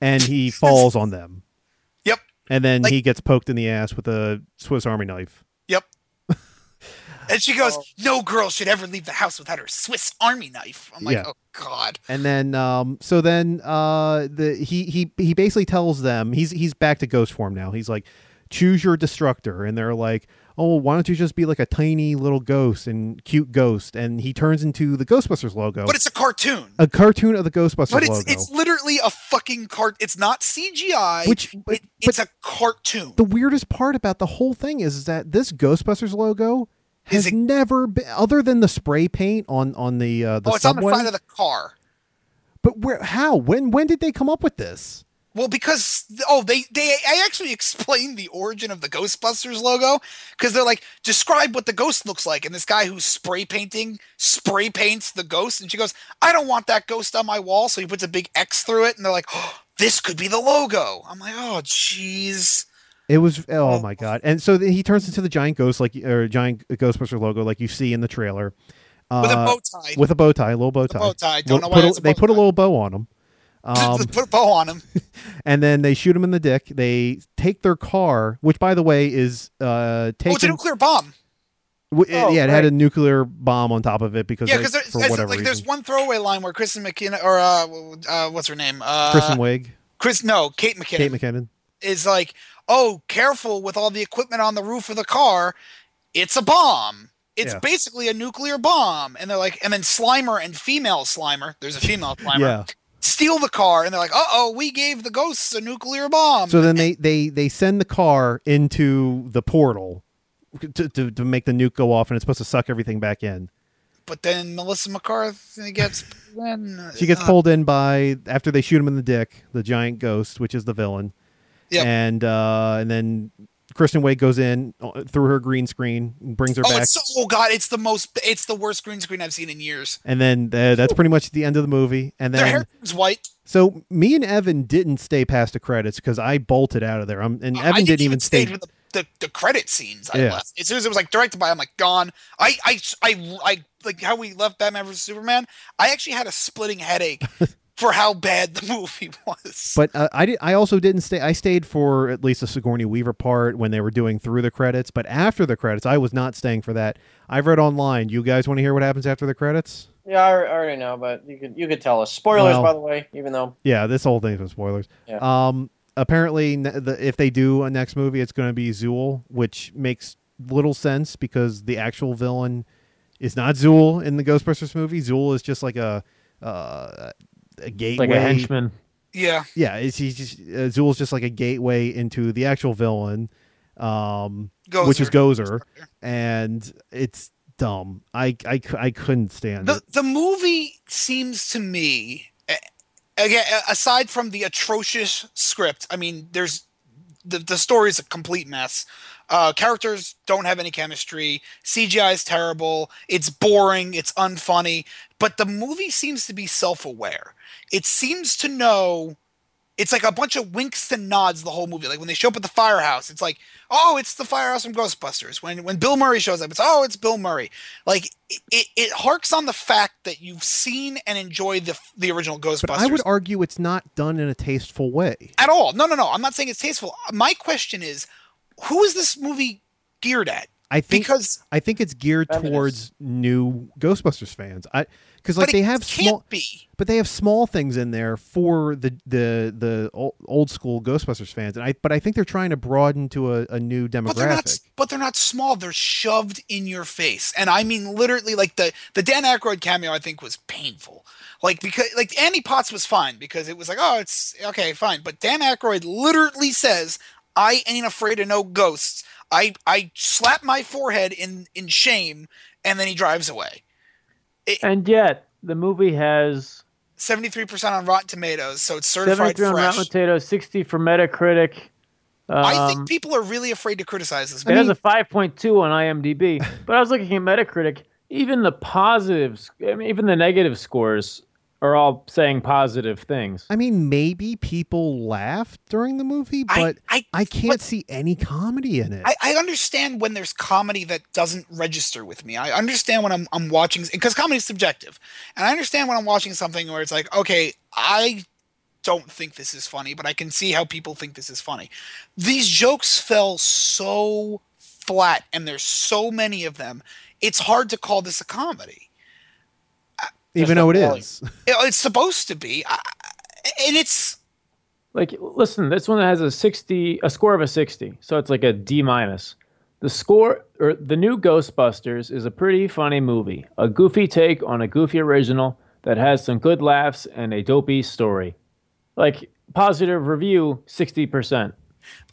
and he falls on them.
Yep.
And then
Like-
he gets poked in the ass with a Swiss Army knife.
And she goes,
Oh.
"No girl should ever leave the house without her Swiss Army knife." I'm like,
Yeah.
"Oh God."
And then, um, so then, uh, the he he he basically tells them he's he's back to ghost form now. He's like, choose your destructor, and they're like, oh, why don't you just be like a tiny little ghost and cute ghost? And he turns into the Ghostbusters logo,
But it's a cartoon.
a cartoon of the Ghostbusters
but it's
logo,
it's literally a fucking cart. It's not CGI.
which but,
it, it's a cartoon.
the weirdest part about the whole thing is that this Ghostbusters logo
Is
has
it-
never been other than the spray paint on on the uh, the
oh, it's
subway.
on the side of the car.
but where? How? When? When did they come up with this?
Well, because oh, they they I actually explained the origin of the Ghostbusters logo because they're like, describe what the ghost looks like, and this guy who's spray painting spray paints the ghost, and she goes, I don't want that ghost on my wall, so he puts a big X through it, and they're like, oh, this could be the logo. I'm like, oh, jeez.
It was oh
Oh.
my god! And so then he turns into the giant ghost, like or giant Ghostbuster logo, like you see in the trailer, uh,
With a bow tie,
with a bow tie, a little bow
a
tie.
bow tie. Don't know
Little-
why
put a-
that's a
they
bow
put a
tie.
little bow on him, um,
Just put a bow on him.
and then they shoot him in the dick. They take their car, which by the way is uh,
Oh, it's a
taken.
nuclear bomb.
w- it-
Oh,
yeah, it had
right.
a nuclear bomb on top of it because
Yeah,
they-
because
for
there's
whatever
like there's
reason,
one throwaway line where Kristen McKinnon or uh, w- uh what's her name? Uh,
Kristen Wiig,
Chris, no, Kate McKinnon.
Kate McKinnon.
is like, oh, careful with all the equipment on the roof of the car. It's a bomb. It's
Yeah.
basically a nuclear bomb. And they're like, and then Slimer and female Slimer, there's a female Slimer,
Yeah.
steal the car. And they're like, uh oh, we gave the ghosts a nuclear bomb.
So then they they they send the car into the portal to, to to make the nuke go off, and it's supposed to suck everything back in.
but then Melissa McCarthy gets then
She gets pulled in by after they shoot him in the dick, the giant ghost, which is the villain.
Yep.
And uh, and then Kristen Wiig goes in uh, through her green screen, brings her
Oh,
back,
it's so, oh god, it's the most it's the worst green screen I've seen in years.
and then uh, that's pretty much the end of the movie. And
Their
then
hair is white.
so me and Evan didn't stay past the credits because I bolted out of there. i and
Oh, I
Evan didn't, even stay.
stay for the, the, the credit scenes. I
Yeah.
left as soon as it was like directed by. I'm like gone. I I I, I like how we left Batman vs Superman. I actually had a splitting headache for how bad the movie was.
But uh, I did, I also didn't stay. I stayed for at least the Sigourney Weaver part when they were doing through the credits. But after the credits, I was not staying for that. I've read online. You guys want to hear what happens after the credits?
Yeah, I I already know, but you could you could tell us. Spoilers,
Well-
by the way, even though
Yeah, this whole thing's with spoilers.
Yeah.
Um, apparently, ne- the, if they do a next movie, it's going to be Zool, which makes little sense because the actual villain is not Zool in the Ghostbusters movie. Zool is just like a uh, a gateway.
like a henchman.
yeah,
Yeah, it's, he's just uh, Zool's just like a gateway into the actual villain, um,
Gozer.
which is Gozer, and it's dumb. I I, cou- I couldn't stand
the
it.
the movie seems to me a- again a- aside from the atrocious script i mean there's the, the story is a complete mess uh, characters don't have any chemistry cgi is terrible it's boring it's unfunny but the movie seems to be self-aware it seems to know it's like a bunch of winks and nods the whole movie. Like when they show up at the firehouse, it's like, oh, it's the firehouse from Ghostbusters. When when Bill Murray shows up, it's oh, it's Bill Murray. Like it, it, it harks on the fact that you've seen and enjoyed the the original Ghostbusters
But I would argue it's not done in a tasteful way.
at all. No, no, no. I'm not saying it's tasteful. My question is, who is this movie geared at?
I think
Because
I think it's geared
Feminists.
towards new Ghostbusters fans. I because like
but
they
it
have
can't
small,
be.
but they have small things in there for the the the ol- old school Ghostbusters fans. And I but I think they're trying to broaden to a, a new demographic.
But they're not. But they're not small. They're shoved in your face, and I mean literally. Like the the Dan Aykroyd cameo, I think was painful. Like because like Annie Potts was fine because it was like oh it's okay fine, but Dan Aykroyd literally says I ain't afraid of no ghosts. I I slap my forehead in in shame, and then he drives away.
And yet, the movie has
Seventy three percent on Rotten Tomatoes, so it's certified
73 on
fresh.
Rotten Tomatoes, 60 for Metacritic. Um,
I think people are really afraid to criticize this.
it
movie.
has a 5.2 on IMDb. but I was looking at Metacritic. Even the positives, I mean, even the negative scores are all saying positive things.
I mean, maybe people laughed during the movie,
I-
but
I
I, can't see any comedy in it.
I, I understand when there's comedy that doesn't register with me. I understand when I'm I'm watching because comedy is subjective, and I understand when I'm watching something where it's like, okay, I don't think this is funny, but I can see how people think this is funny. These jokes fell so flat, and there's so many of them. It's hard to call this a comedy.
even
no
though it
quality.
is.
It- it's supposed to be, I, and it's
Like, listen, this one has a 60, a score of a 60. So it's like a D minus. The score, or the new Ghostbusters, is a pretty funny movie. A goofy take on a goofy original that has some good laughs and a dopey story. Like, positive review, 60%.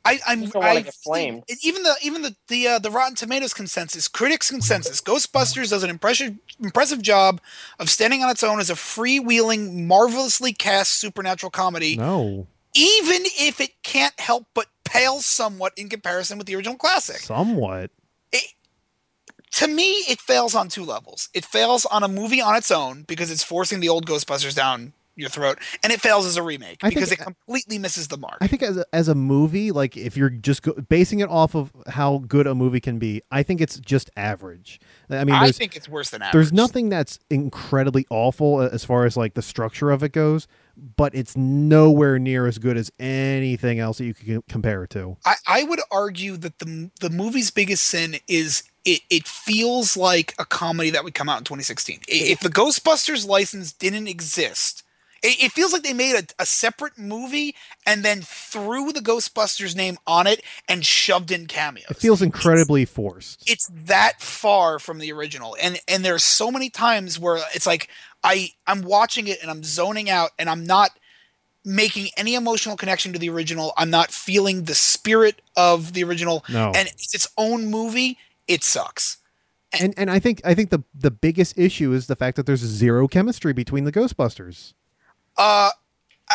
I, I'm
Just don't wanna
I
get flamed.
think- Even the even the the uh, the Rotten Tomatoes consensus, critics consensus, Ghostbusters does an impressive impressive job of standing on its own as a freewheeling, marvelously cast supernatural comedy,
No,
even if it can't help but pale somewhat in comparison with the original classic.
somewhat.
To me, it fails on two levels. It fails on a movie on its own because it's forcing the old Ghostbusters down your throat, and it fails as a remake
I think-
because it completely misses the mark.
I think as a, as a movie, like if you're just go- basing it off of how good a movie can be, I think it's just average. I mean,
I,
there's,
think it's worse than average.
there's nothing that's incredibly awful a- as far as like the structure of it goes, but it's nowhere near as good as anything else that you could c- compare it to.
I, I would argue that the the movie's biggest sin is it, it feels like a comedy that would come out in 2016. I- If the Ghostbusters license didn't exist, it, it feels like they made a, a separate movie and then threw the Ghostbusters name on it and shoved in cameos.
It feels incredibly forced.
it's that far from the original, and and there's so many times where it's like I I'm watching it and I'm zoning out and I'm not making any emotional connection to the original. I'm not feeling the spirit of the original
no,
and it's its own movie, it sucks.
and and I think I think the the biggest issue is the fact that there's zero chemistry between the Ghostbusters.
Uh,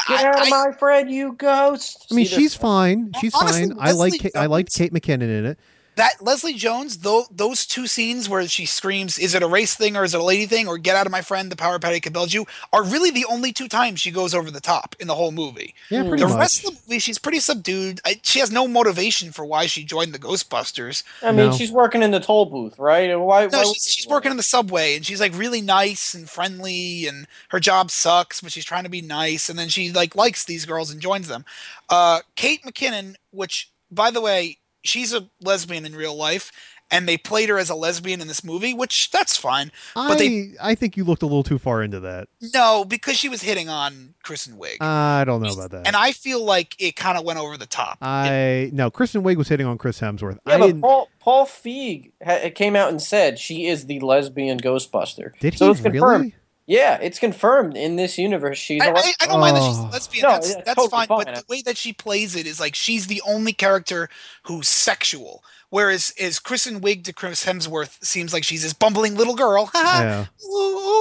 Get out of
I, I,
my friend, you ghost.
I mean,
See,
she's
there's-
fine. She's
Honestly,
fine. I like
Leslie
Ka- I liked
Jones-
Kate McKinnon in it.
that Leslie Jones, though, those two scenes where she screams, "Is it a race thing or is it a lady thing?" or "Get out of my friend, the power patty can build you," are really the only two times she goes over the top in the whole movie.
Yeah,
Hmm.
pretty
The
much.
rest of the movie, she's pretty subdued. I, she has no motivation for why she joined the Ghostbusters.
I mean,
No.
she's working in the toll booth, right? Why?
No,
why
she's, she's working in the subway, and she's like really nice and friendly, and her job sucks, but she's trying to be nice. And then she like likes these girls and joins them. Uh, Kate McKinnon, which by the way, she's a lesbian in real life, and they played her as a lesbian in this movie, which that's fine.
I
but they-
I think you looked a little too far into that.
No, because she was hitting on Kristen Wiig,
I don't know about that.
and I feel like it kind of went over the top.
I no, Kristen Wiig was hitting on Chris Hemsworth.
Yeah,
I
but
didn't,
Paul Paul Feig ha- came out and said she is the lesbian Ghostbuster.
did he
so it's
really?
confirmed. Yeah, it's confirmed in this universe. She's
I,
a
I, I don't mind that she's
Oh.
a lesbian.
No,
that's
yeah,
that's
totally
fine,
fine.
But the way that she plays it is like she's the only character who's sexual. Whereas is Kristen Wiig to Chris Hemsworth seems like she's this bumbling little girl. Haha.
Yeah.
ooh,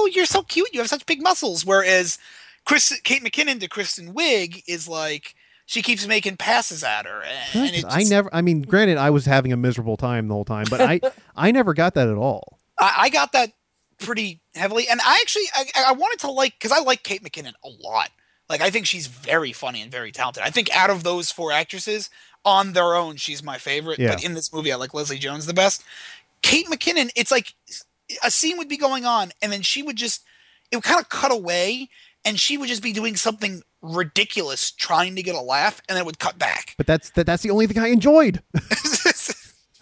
ooh, you're so cute. You have such big muscles. Whereas Chris Kate McKinnon to Kristen Wiig is like she keeps making passes at her. And, and
That's-
it
I
just-
never. I mean, granted, I was having a miserable time the whole time, but I I never got that at all.
I, I got that pretty heavily, and I actually I, I wanted to like because I like Kate McKinnon a lot. Like I think she's very funny and very talented. I think out of those four actresses on their own, she's my favorite. But in this movie, I like Leslie Jones the best. Kate McKinnon, it's like a scene would be going on, and then she would just it would kind of cut away, and she would just be doing something ridiculous trying to get a laugh, and then it would cut back.
But that's that, that's the only thing I enjoyed.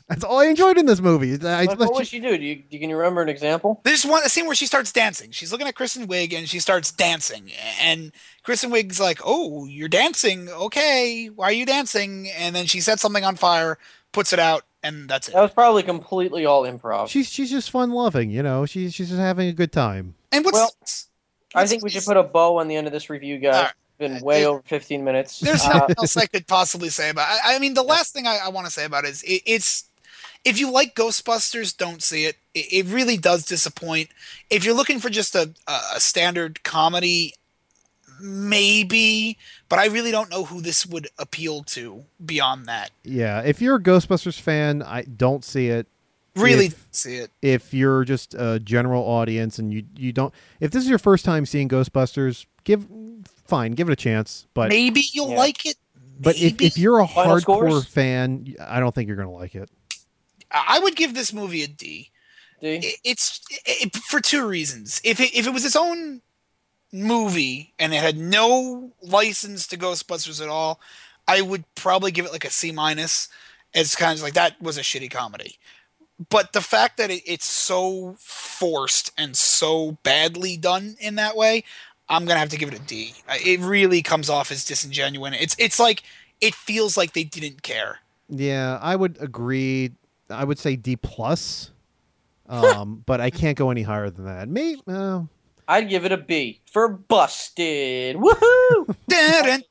That's all I enjoyed in this movie. I,
What, what would she do? Do you, do you- can you remember an example?
There's one a scene where she starts dancing. She's looking at Kristen Wiig and she starts dancing. And Kristen Wiig's like, "Oh, you're dancing. Okay, why are you dancing?" And then she sets something on fire, puts it out, and that's it.
That was probably completely all improv.
she's she's just fun loving, you know. She's she's just having a good time.
And what's
well, I think we should put a bow on the end of this review, guys.
Alright.
It's been way over 15 minutes.
There's
Uh,
nothing else I could possibly say about. I, I mean, the last thing I, I want to say about it is it, it's if you like Ghostbusters, don't see it. it. It really does disappoint. If you're looking for just a, a a standard comedy, maybe, but I really don't know who this would appeal to beyond that.
Yeah. If you're a Ghostbusters fan, I don't see it.
Really
If-
don't see it.
If you're just a general audience and you you don't, if this is your first time seeing Ghostbusters, give fine, give it a chance. But
Maybe you'll
Yeah.
like it.
but if,
maybe.
if you're a
Final
hardcore
scores?
fan, I don't think you're gonna like it.
I I would give this movie a D.
D.
it- it's it, it- for two reasons. If it, if it was its own movie and it had no license to Ghostbusters at all, I would probably give it like a C minus. It's kind of like that was a shitty comedy. But the fact that it, it's so forced and so badly done in that way, I'm gonna have to give it a D. I- It really comes off as disingenuous. It's it's like it feels like they didn't care.
Yeah, I would agree. I would say D plus, um, but I can't go any higher than that. May uh,
I'd give it a B for busted. Woohoo!
Dun, dun,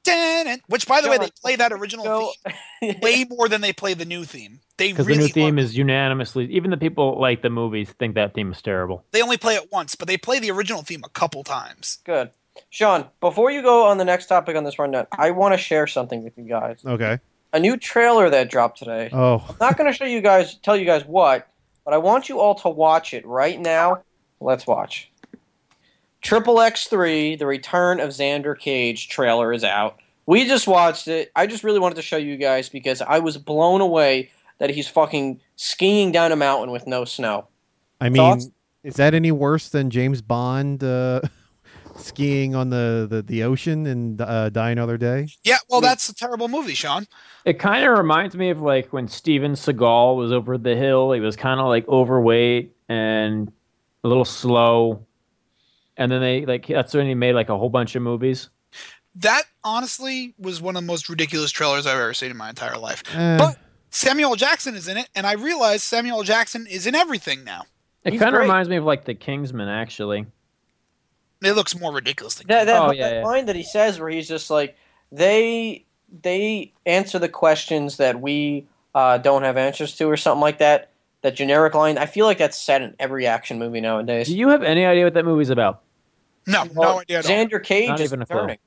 dun. Which, by the way,
John,
they play that original
so,
theme way more than they play the new theme. They
Because
really
the new theme
are-
is unanimously, even the people like the movies think that theme is terrible.
they only play it once, but they play the original theme a couple times.
good. Sean, before you go on the next topic on this rundown, I want to share something with you guys.
okay.
A new trailer that dropped today.
Oh,
not going to show you guys, tell you guys what, but I want you all to watch it right now. Let's watch. Triple X3, The Return of Xander Cage trailer is out. We just watched it. I just really wanted to show you guys because I was blown away that he's fucking skiing down a mountain with no snow.
I mean,
Thoughts?
is that any worse than James Bond uh, skiing on the, the, the ocean and uh, die another day?
Yeah, well, that's a terrible movie, Sean.
It kind of reminds me of like when Steven Seagal was over the hill. He was kind of like overweight and a little slow. And then they like that's when he made like a whole bunch of movies.
That honestly was one of the most ridiculous trailers I've ever seen in my entire life.
Eh,
But- Samuel L. Jackson is in it, and I realized Samuel L. Jackson is in everything now.
It
He's
kind of
great.
reminds me of like the Kingsman actually.
It looks more ridiculous than
That, that,
Oh, yeah,
that
yeah.
line that he says where he's just like, they they answer the questions that we uh, don't have answers to or something like that. that generic line. I feel like that's said in every action movie nowadays.
Do you have any idea what that movie's about?
No, no idea at all.
Xander Cage
Not
is
even a clue.
returning.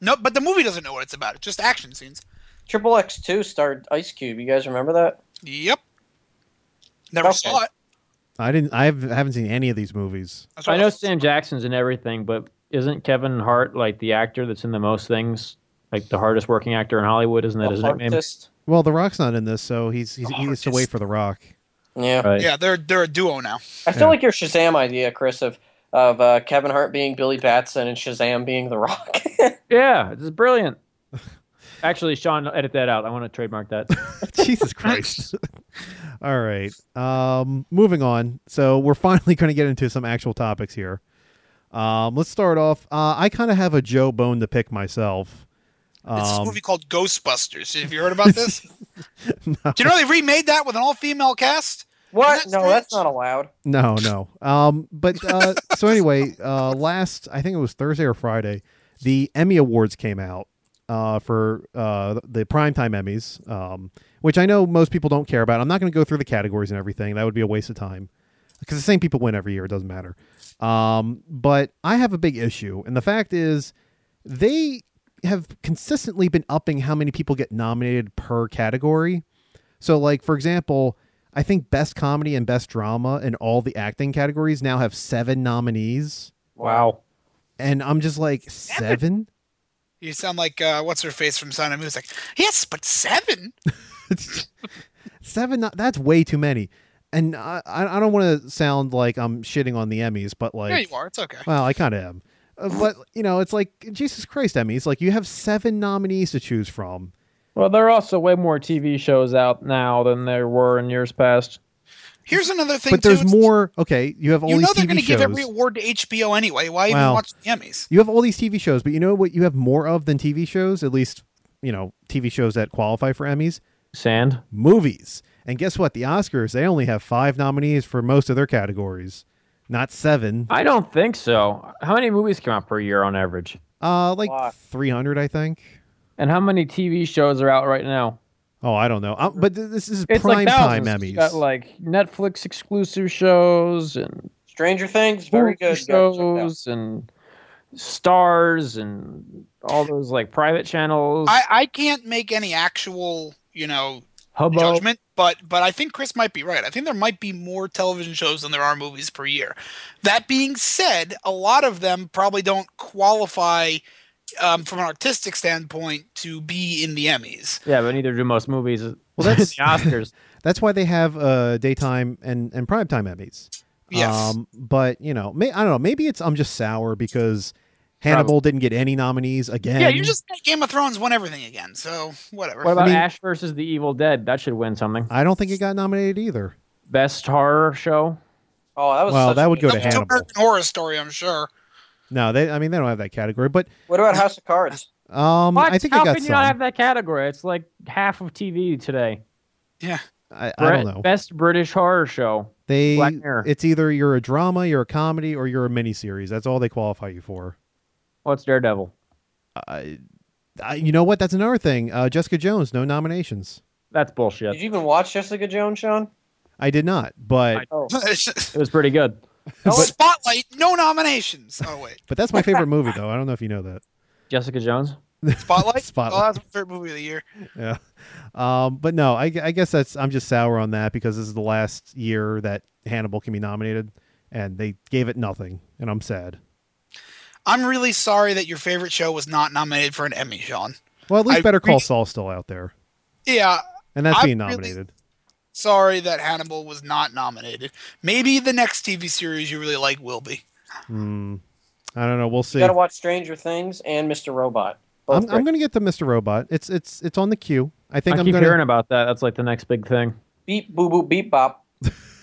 No, but the movie doesn't know what it's about. It's just action scenes.
Triple X Two starred Ice Cube. You guys remember that?
Yep. Never
Okay.
saw it.
I didn't. I, have, I haven't seen any of these movies.
That's
I
what
know Sam Jackson's in everything, but isn't Kevin Hart like the actor that's in the most things? Like the hardest working actor in Hollywood, isn't that his
The
nickname?
Artist.
Well, The Rock's not in this, so he's he's,
The
he has to wait
artist.
for The Rock.
Yeah.
Right.
Yeah, they're they're a duo now.
I feel
Yeah.
like your Shazam idea, Chris, of of uh, Kevin Hart being Billy Batson and Shazam being The Rock.
Yeah, this is brilliant. Actually, Sean, edit that out. I want to trademark that.
Jesus Christ. All right. Um, moving on. So we're finally going to get into some actual topics here. Um, let's start off. Uh, I kind of have a Joe bone to pick myself.
It's this
Um,
movie called Ghostbusters. Have you heard about this? Do you know they remade that with an all-female cast?
what?
Isn't that
No, that's
strange?
not allowed.
No, no. Um, but uh, so anyway, uh, last I think it was Thursday or Friday, the Emmy Awards came out uh, for uh, the primetime Emmys, um, which I know most people don't care about. I'm not going to go through the categories and everything; that would be a waste of time because the same people win every year. It doesn't matter. Um, but I have a big issue, and the fact is, they have consistently been upping how many people get nominated per category. So, like for example, I think best comedy and best drama in all the acting categories now have seven nominees,
Wow.
and I'm just like seven.
You sound like uh, what's her face from Sound of Music. Yes, but seven.
seven no- that's way too many and i i I don't want to sound like i'm shitting on the emmys but like
There you are. It's okay.
well i kind of am Uh, but you know it's like jesus christ emmys like you have seven nominees to choose from
Well, there are also way more TV shows out now than there were in years past.
Here's another thing.
but there's
too, is
more okay you have all
You
these
know they're
tv
going to give
shows
every award to HBO anyway. Why even
Well,
watch the Emmys?
you have all these tv shows but you know what you have more of than tv shows at least you know tv shows that qualify for emmys
Sand.
movies and guess what the oscars they only have five nominees for most of their categories not seven
I don't think so. How many movies come out per year on average?
uh like
Lot.
300 i think
And how many TV shows are out right now?
Oh, I don't know. i but th- this is
It's
prime
like
time
thousands.
Emmys.
You got like Netflix exclusive shows and
Stranger Things, very
Hulu
good. You gotta check it out.
shows and stars and all those like private channels.
I, I can't make any actual you know
Hubbo.
judgment, but but I think Chris might be right. I think there might be more television shows than there are movies per year. That being said, a lot of them probably don't qualify um, from an artistic standpoint to be in the Emmys.
Yeah, but neither do most movies. Well, that's the Oscars.
That's why they have uh, daytime and and prime time Emmys.
Yes.
Um, but you know, may, I don't know. Maybe it's I'm just sour because Hannibal didn't get any nominees again.
yeah, you just made Game of Thrones won everything again, so whatever.
What about
mean-
Ash versus the Evil Dead? That should win something.
I don't think it got nominated either.
Best horror show.
Oh, that was
Well,
such
that
a
would
good-
go to
Up to
Hannibal.
American Horror Story, I'm sure.
No, they. I mean, they don't have that category. But
What about House of Cards?
um,
What?
I think
How
it got
can you
some.
not have that category? It's like half of TV today.
I, I don't
Brit-
know.
Best British horror show.
They.
Black Mirror.
It's either you're a drama, you're a comedy, or you're a miniseries. That's all they qualify you for.
What's Daredevil?
I, I, you know what? That's another thing. Uh, Jessica Jones, no nominations.
That's bullshit.
Did you even watch Jessica Jones, Sean?
I did not, but
Oh,
It was pretty good.
Spotlight, no nominations. Oh wait,
But that's my favorite movie, though. I don't know if you know that.
Jessica Jones.
Spotlight.
Spotlight.
Oh, that's my favorite movie of the year.
Yeah. Um, but no, I, I guess that's I'm just sour on that because this is the last year that Hannibal can be nominated, and they gave it nothing, and I'm sad.
I'm really sorry that your favorite show was not nominated for an Emmy, Sean.
Well, at least
I
Better Call
really-
Saul's still out there,
Yeah,
and that's
I
being
really-
nominated.
sorry that Hannibal was not nominated. Maybe the next TV series you really like will be.
Hmm. I don't know. We'll see.
you gotta watch Stranger Things and Mr. Robot. Both
I'm, I'm
great.
going to get to Mr. Robot. It's it's it's on the queue. I think
I
am
keep
going
hearing about that. That's like the next big thing.
Beep boo boo beep bop.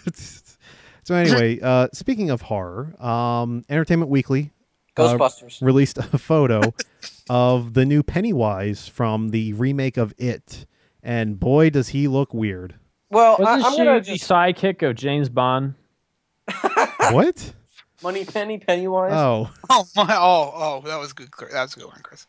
so anyway, uh, speaking of horror, um, Entertainment Weekly Uh,
Ghostbusters.
released a photo of the new Pennywise from the remake of It, and boy, does he look weird.
well, I,
Wasn't
I'm
she
gonna
the
just
sidekick of James Bond?
what?
money penny Pennywise.
Oh,
Oh my! Oh oh, that was good. Chris. That was a good one, Chris.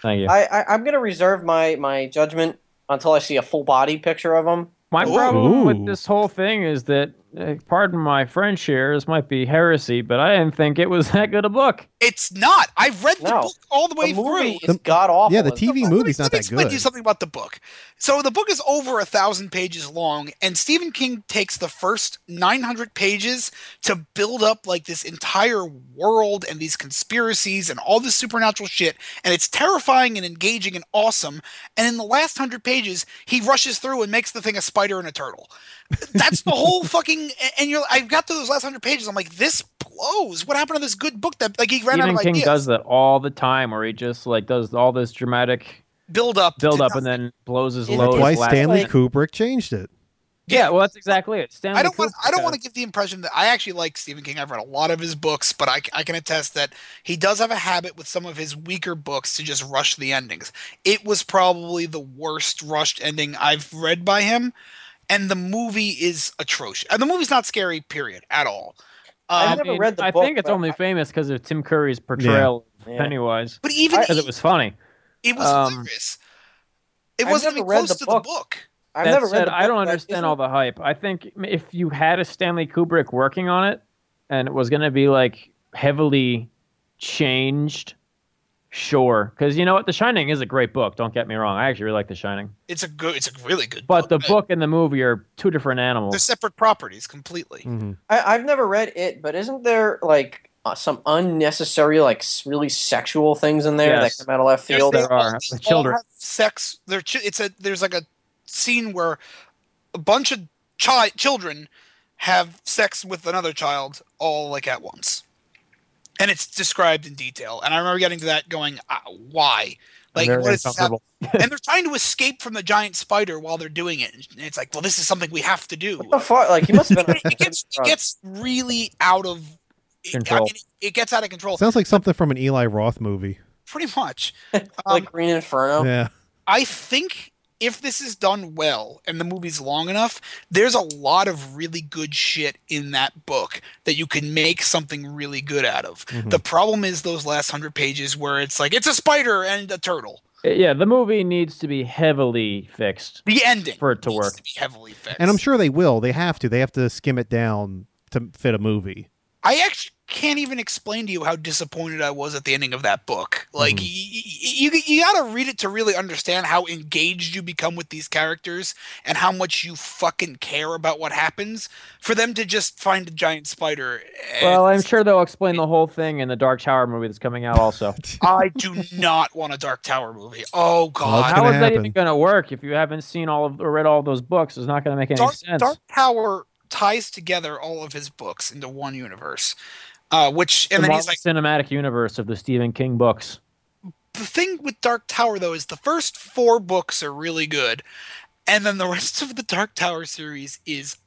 Thank you.
I, I I'm gonna reserve my my judgment until I see a full body picture of him.
My
Ooh.
problem
Ooh.
with this whole thing is that, uh, pardon my French here, this might be heresy, but I didn't think it was that good a book.
It's not. I've read the
No.
book all the way
the movie
through.
The-
is god awful.
yeah, the TV
Let me,
movie's
let
not
me
that
explain to you
good.
something about the book. So the book is over a thousand pages long, and Stephen King takes the first 900 pages to build up like this entire world and these conspiracies and all this supernatural shit, and it's terrifying and engaging and awesome. And in the last hundred pages, he rushes through and makes the thing a spider and a turtle. That's the whole fucking. And you're, I've got through those last hundred pages. I'm like, this blows. What happened to this good book that like he ran out
Stephen
of
King
ideas?
does that all the time, where he just like does all this dramatic
build up, to
build up
nothing.
and then blows his
Is it
load.
Oh,
at
Why
the last
Stanley
minute.
Kubrick changed it.
Yeah, well, that's exactly it. Stanley.
I don't want.
Kubrick
I don't want
does.
to give the impression that I actually like Stephen King. I've read a lot of his books, but I, I can attest that he does have a habit with some of his weaker books to just rush the endings. It was probably the worst rushed ending I've read by him, and the movie is atrocious. And the movie's not scary, period, at all.
I
Um,
never read the
uh, I
book,
think it's
but
only
I-
famous because of Tim Curry's portrayal of
Yeah.
Pennywise.
but even
I-
Because it was funny.
it was
um,
hilarious. It
I've
wasn't
never
even
read
close
the
to
book.
the book.
I've
That
never
said,
read. The
I don't
book, but
understand
isn't-
all the hype. I think if you had a Stanley Kubrick working on it and it was going to be like heavily changed, sure. Because you know what? The Shining is a great book. Don't get me wrong. I actually really like The Shining.
It's a good. It's a really good.
But the
Uh,
book and the movie are two different
They're
animals.
separate properties completely.
Mhm.
I, I've never read it, but isn't there like uh, some unnecessary, like s- really sexual things in there
Yes.
that come out of left
There's
field?
There
the-
are
all
children.
have sex. They're chi- it's a there's like a scene where a bunch of chi- children have sex with another child all like at once, and it's described in detail. And I remember getting to that, going, uh, "Why? Like,
Very
what is this happening?"
uncomfortable.
and they're trying to escape from the giant spider while they're doing it. And it's like, well, this is something we have to do.
What the fuck? Like you must have been. on
It gets it gets really out of it- I
Control.
mean, it gets out of control,
Sounds like something from an Eli Roth movie.
pretty much. Um,
like Green
Oh.
Inferno.
Yeah.
I think if this is done well and the movie's long enough, there's a lot of really good shit in that book that you can make something really good out of.
Hmm.
Mhm.
The problem is those last hundred pages where it's like it's a spider and a turtle.
Yeah, the movie needs to be heavily fixed
The ending
for it to
needs
work.
to be heavily fixed.
Mm-hmm. And I'm sure they will. They have to. They have to skim it down to fit a movie.
I actually can't even explain to you how disappointed I was at the ending of that book. Like
Mhm.
Hmm.
y- y- you, you got to read it to really understand how engaged you become with these characters and how much you fucking care about what happens. For them to just find a giant spider. eh,
Well, I'm sure they'll explain the whole thing in the Dark Tower movie that's coming out also.
I do not want a Dark Tower movie. Oh
It's
god.
How
gonna
is that even
happen.
going to work if you haven't seen all of or read all those books? It's not going to make any
Dark,
sense.
Dark Tower ties together all of his books into one universe. Uh, which and
the
then
Marvel
he's like
cinematic universe of the Stephen King books.
the thing with Dark Tower though is the first four books are really good, and then the rest of the Dark Tower series is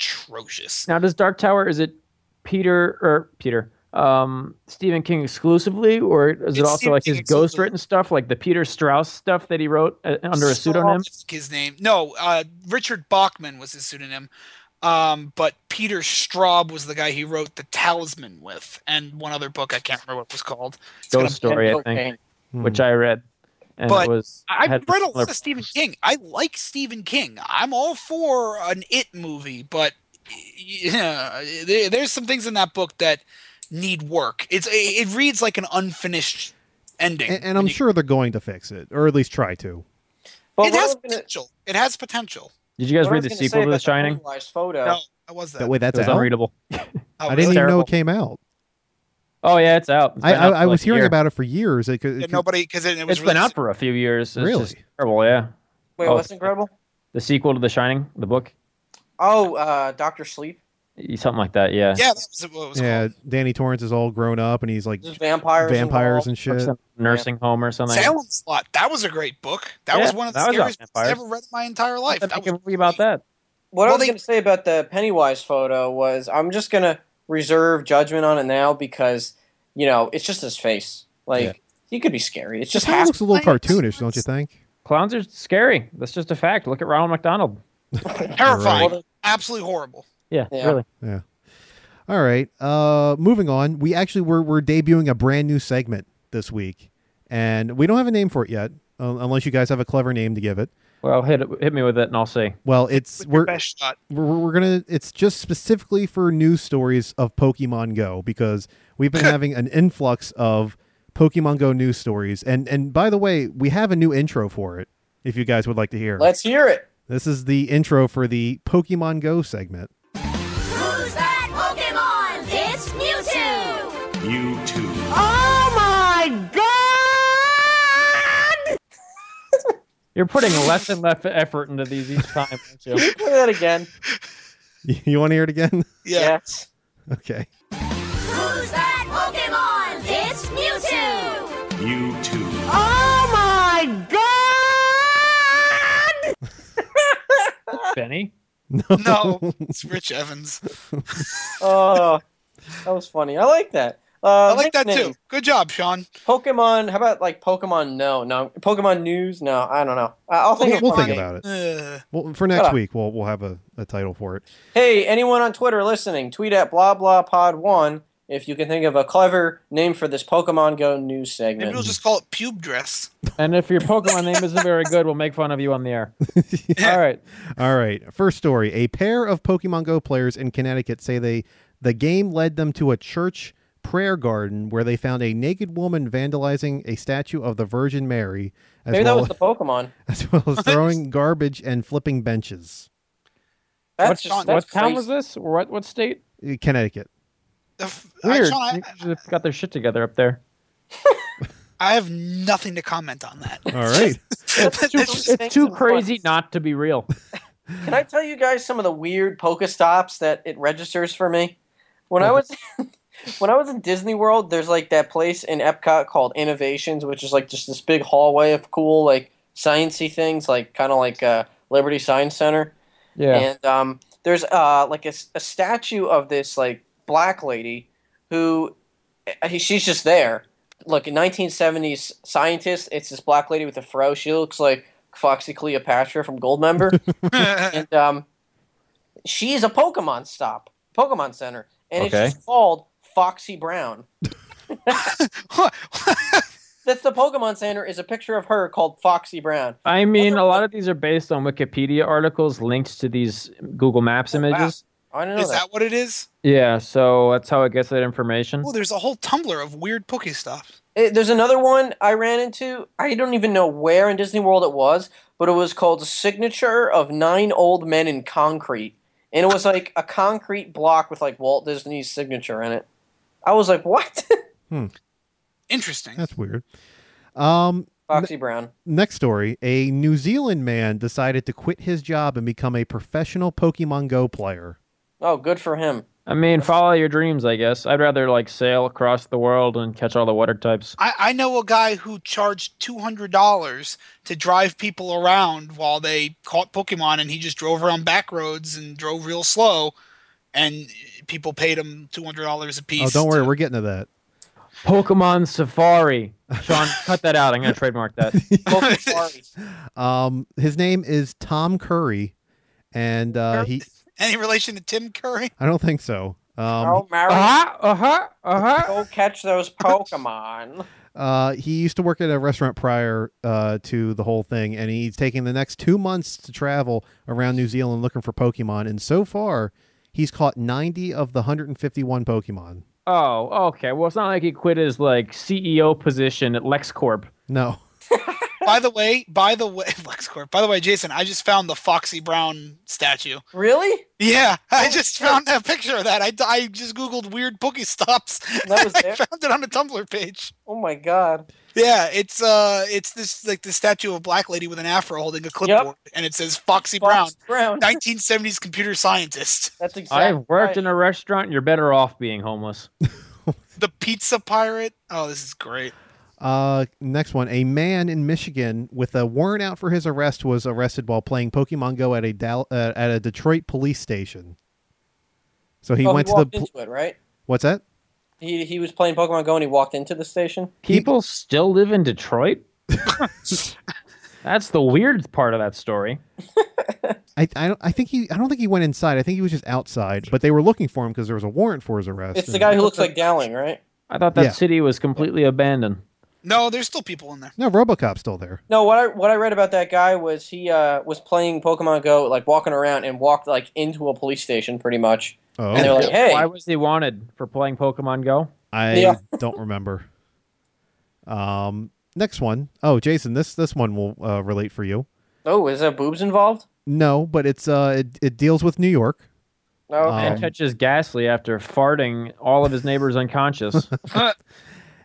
atrocious.
Now, does Dark Tower is it Peter or Peter um, Stephen King exclusively, or is
It's
it also
Stephen
like
King
his
exclusively.
ghostwritten stuff, like the Peter Strauss stuff that he wrote uh, under a pseudonym?
Straw, I think His name? No, uh, Richard Bachman was his pseudonym. Um, but Peter Straub was the guy he wrote The Talisman with, and one other book I can't remember what it was called. It's gonna
Ghost Story, I think,
Cocaine.
which I read, and
But
it was.
I've
had
read a
similar-
lot of Stephen King. I like Stephen King. I'm all for an It movie, but yeah, there, there's some things in that book that need work. It's it, it reads like an unfinished ending,
Mm-hmm. And, and I'm sure they're going to fix it, or at least try to.
But
it
what I
has
was gonna-
potential. It has potential.
Did you guys
what I was
read the
gonna
sequel
say
to The
about
Shining? It
Polarized photo.
No, I was that.
That way, that's
was
out.
unreadable.
I
How was
didn't
that?
even know
Terrible.
it came out.
Oh yeah, it's out. It's
I,
been
I,
out
I
for,
was
like, a
hearing
year.
about it for years. It, could- it
Yeah,
could-
nobody because it, it was
It's been out
released-
for a few years. It's
Really?
just terrible. Yeah.
Wait,
Oh.
what's incredible?
The sequel to The Shining, the book,
Oh, uh, Doctor Sleep,
something like that. Yeah.
Yeah, that was what it was
yeah,
called.
Danny Torrance is all grown up, and he's like
There's vampires. involved.
vampires and
Or
shit.
some nursing home or something.
Salem's Lot. That was a great book. That
Yeah,
was one of the
that was about
scariest books I
vampires.
ever read in my entire life.
Make
That
a
was
movie about that.
What I
Well,
was
they-
going to say about the Pennywise photo was I'm just going to reserve judgment on it now because, you know, it's just his face. Like,
Yeah.
he could be scary. It's
Just
just
kind of
half.
looks a little
half-
cartoonish, don't you think?
Clowns are scary. That's just a fact. Look at Ronald McDonald.
terrifying.
Well,
Absolutely horrible.
Yeah,
Yeah.
really.
All right. Uh, moving on. We actually we're we're debuting a brand new uh, segment this week, and we don't have a name for it yet, un- unless you guys have a clever name to give it.
Well, hit hit me with it, and I'll see.
Well, it's
With your
we're,
best shot.
we're we're gonna. It's just specifically for news stories of Pokemon Go because we've been having an influx of Pokemon Go news stories. And and by the way, we have a new intro for it. If you guys would like to hear,
Let's hear it.
this is the intro for the Pokemon Go segment.
Who's that Pokemon? It's Mewtwo!
Mewtwo.
You're putting less and less effort into these each time, aren't you?
Play that again.
You want to hear it again?
Yeah.
Yes.
Okay.
Who's that Pokemon? It's Mewtwo!
Mewtwo.
Benny.
No, it's Rich Evans.
Oh, that was funny. I like that. Uh,
I like that too.
nicknames.
Good job, Sean.
Pokemon. How about like Pokemon? No, no. Pokemon news? No, I don't know. I- I'll think.
We'll,
of
we'll
one.
think about it.
Uh,
Well, for next
up.
week, we'll we'll have a, a title for it.
Hey, anyone on Twitter listening, tweet at blah blah pod one if you can think of a clever name for this Pokemon Go news
maybe
segment.
we'll just call it pube dress.
And if your Pokemon name isn't very good, we'll make fun of you on the air. All right.
All right. First story: A pair of Pokemon Go players in Connecticut say they the game led them to a church prayer garden where they found a naked woman vandalizing a statue of the Virgin Mary, as
Maybe that
well
was the Pokemon.
as well as throwing garbage and flipping benches.
That's
what,
just,
what
that's
town
crazy.
was this? What what state?
Uh, Connecticut.
The f- I-
Weird.
Sean, I,
They've got their shit together up there.
I have nothing to comment on that.
All right.
It's too,
just
it's too
things-
crazy not to be real.
Can I tell you guys some of the weird Pokestops that it registers for me? When I was when I was in Disney World, there's like that place in Epcot called Innovations, which is like just this big hallway of cool like sciency things, like kind of like uh, Liberty Science Center.
Yeah.
And um, there's uh, like a, s- a statue of this like black lady who eh, she's just there. Look, a 1970s scientist. It's this black lady with a fro. She looks like Foxy Cleopatra from Goldmember and um, she's a Pokemon stop, Pokemon Center, and
Okay.
it's just called Foxy Brown. That's the Pokemon Center is a picture of her called Foxy Brown.
I mean, a lot of these are based on Wikipedia articles linked to these Google Maps
Oh,
images.
I don't know
is
that.
that what it is?
Yeah, so that's how it gets that information.
Well, there's a whole Tumblr of weird Pokestops.
Eh, there's another one I ran into. I don't even know where in Disney World it was, but it was called Signature of Nine Old Men in Concrete, and it was like a concrete block with like Walt Disney's signature in it. I was like, what?
Interesting.
That's weird. Um,
Foxy Brown.
next story: A New Zealand man decided to quit his job and become a professional Pokemon Go player.
Oh, good for him.
I mean, follow your dreams, I guess. I'd rather like sail across the world and catch all the water types.
I, I know a guy who charged two hundred dollars to drive people around while they caught Pokemon, and he just drove around back roads and drove real slow, and people paid him two hundred dollars a
Oh,
piece.
don't worry, we're getting to that.
Pokemon Safari. Sean, cut that out. I'm gonna trademark that.
Pokemon Safari.
Um, his name is Tom Curry, and uh, he.
Any relation to Tim Curry?
I don't think so. Um,
oh, Mary,
Uh-huh, uh-huh, uh-huh.
go catch those Pokemon.
uh, he used to work at a restaurant prior uh, to the whole thing, and he's taking the next two months to travel around New Zealand looking for Pokemon. And so far, he's caught 90 of the 151 Pokemon.
Oh, okay. Well, it's not like he quit his like CEO position at LexCorp.
No.
by the way, by the way, LexCorp. By the way, Jason, I just found the Foxy Brown statue.
Really?
Yeah, I
Oh,
just found that picture of that. I, I just googled weird Pokestops.
That was
I
there?
found it on the Tumblr page.
Oh my god.
Yeah, it's uh, it's this like the statue of a black lady with an afro holding a clipboard, and it says Foxy Brown,
Fox Brown.
1970s computer scientist,
That's exactly.
I've worked
right.
in a restaurant. You're better off being homeless.
the pizza pirate. Oh, this is great.
Uh, next one. A man in Michigan with a warrant out for his arrest was arrested while playing Pokemon Go at a Dal- uh, at a Detroit police station. So he
Oh,
went
he
to the.
walked
Pl-
into it, right?
What's that?
He he was playing Pokemon Go and he walked into the station.
People still live in Detroit. That's the weird part of that story.
I, I, don't, I think he I don't think he went inside. I think he was just outside. But they were looking for him because there was a warrant for his arrest.
It's the
and-
guy who looks like Dowling, right?
I thought that
Yeah.
city was completely abandoned.
No, there's still people in there.
No, RoboCop's still there.
No, what I what I read about that guy was he uh, was playing Pokemon Go, like walking around and walked like into a police station, pretty much.
Oh,
And they're like, hey,
Why was he wanted for playing Pokemon Go?
I
Yeah.
don't remember. Um, next one. Oh, Jason, this this one will uh, relate for you.
oh, is there boobs involved?
No, but it's uh, it, it deals with New York.
No.
Man
okay.
Um,
catches Ghastly after farting all of his neighbors unconscious.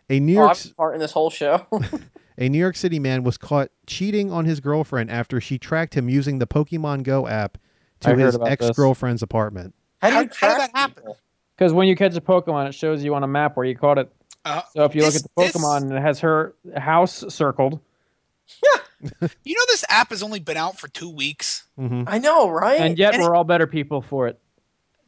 A New
Oh,
York
I'm farting this whole show.
a New York City man was caught cheating on his girlfriend after she tracked him using the Pokemon Go app to
I heard
his
about this.
ex girlfriend's apartment.
How do you
How- how did
track
that happen?
people?
Because when you catch a Pokemon, it shows you on a map where you caught it.
Uh,
So if you look
This-
at the Pokemon and it has her house circled,
you know this app has only been out for two weeks.
Mm-hmm.
I know, right?
and yet
and
we're all better people for it.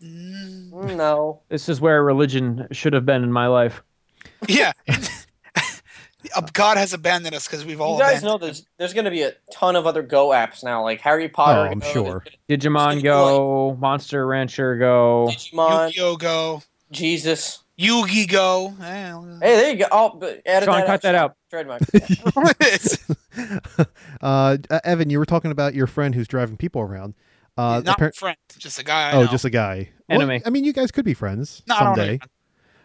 Mm,
Mm, no.
This is where religion should have been in my life.
yeah. Uh, God has abandoned us because we've all.
you guys
abandoned-
know there's there's going to be a ton of other Go apps now, like Harry Potter. uh,
Oh, I'm
Go,
sure.
Digimon Go, Monster Rancher Go.
Digimon,
Yu-Gi-Oh Go,
Jesus.
Yugi Go. Eh,
Hey, there you go. Oh, but added
Sean,
that out.
cut that out.
Trademark.
it's
uh, Evan, you were talking about your friend who's driving people around. Uh,
not
appar-
a friend, just a guy. I
oh,
know.
just a guy.
Enemy.
I mean, you guys could be friends
No, I don't know
someday.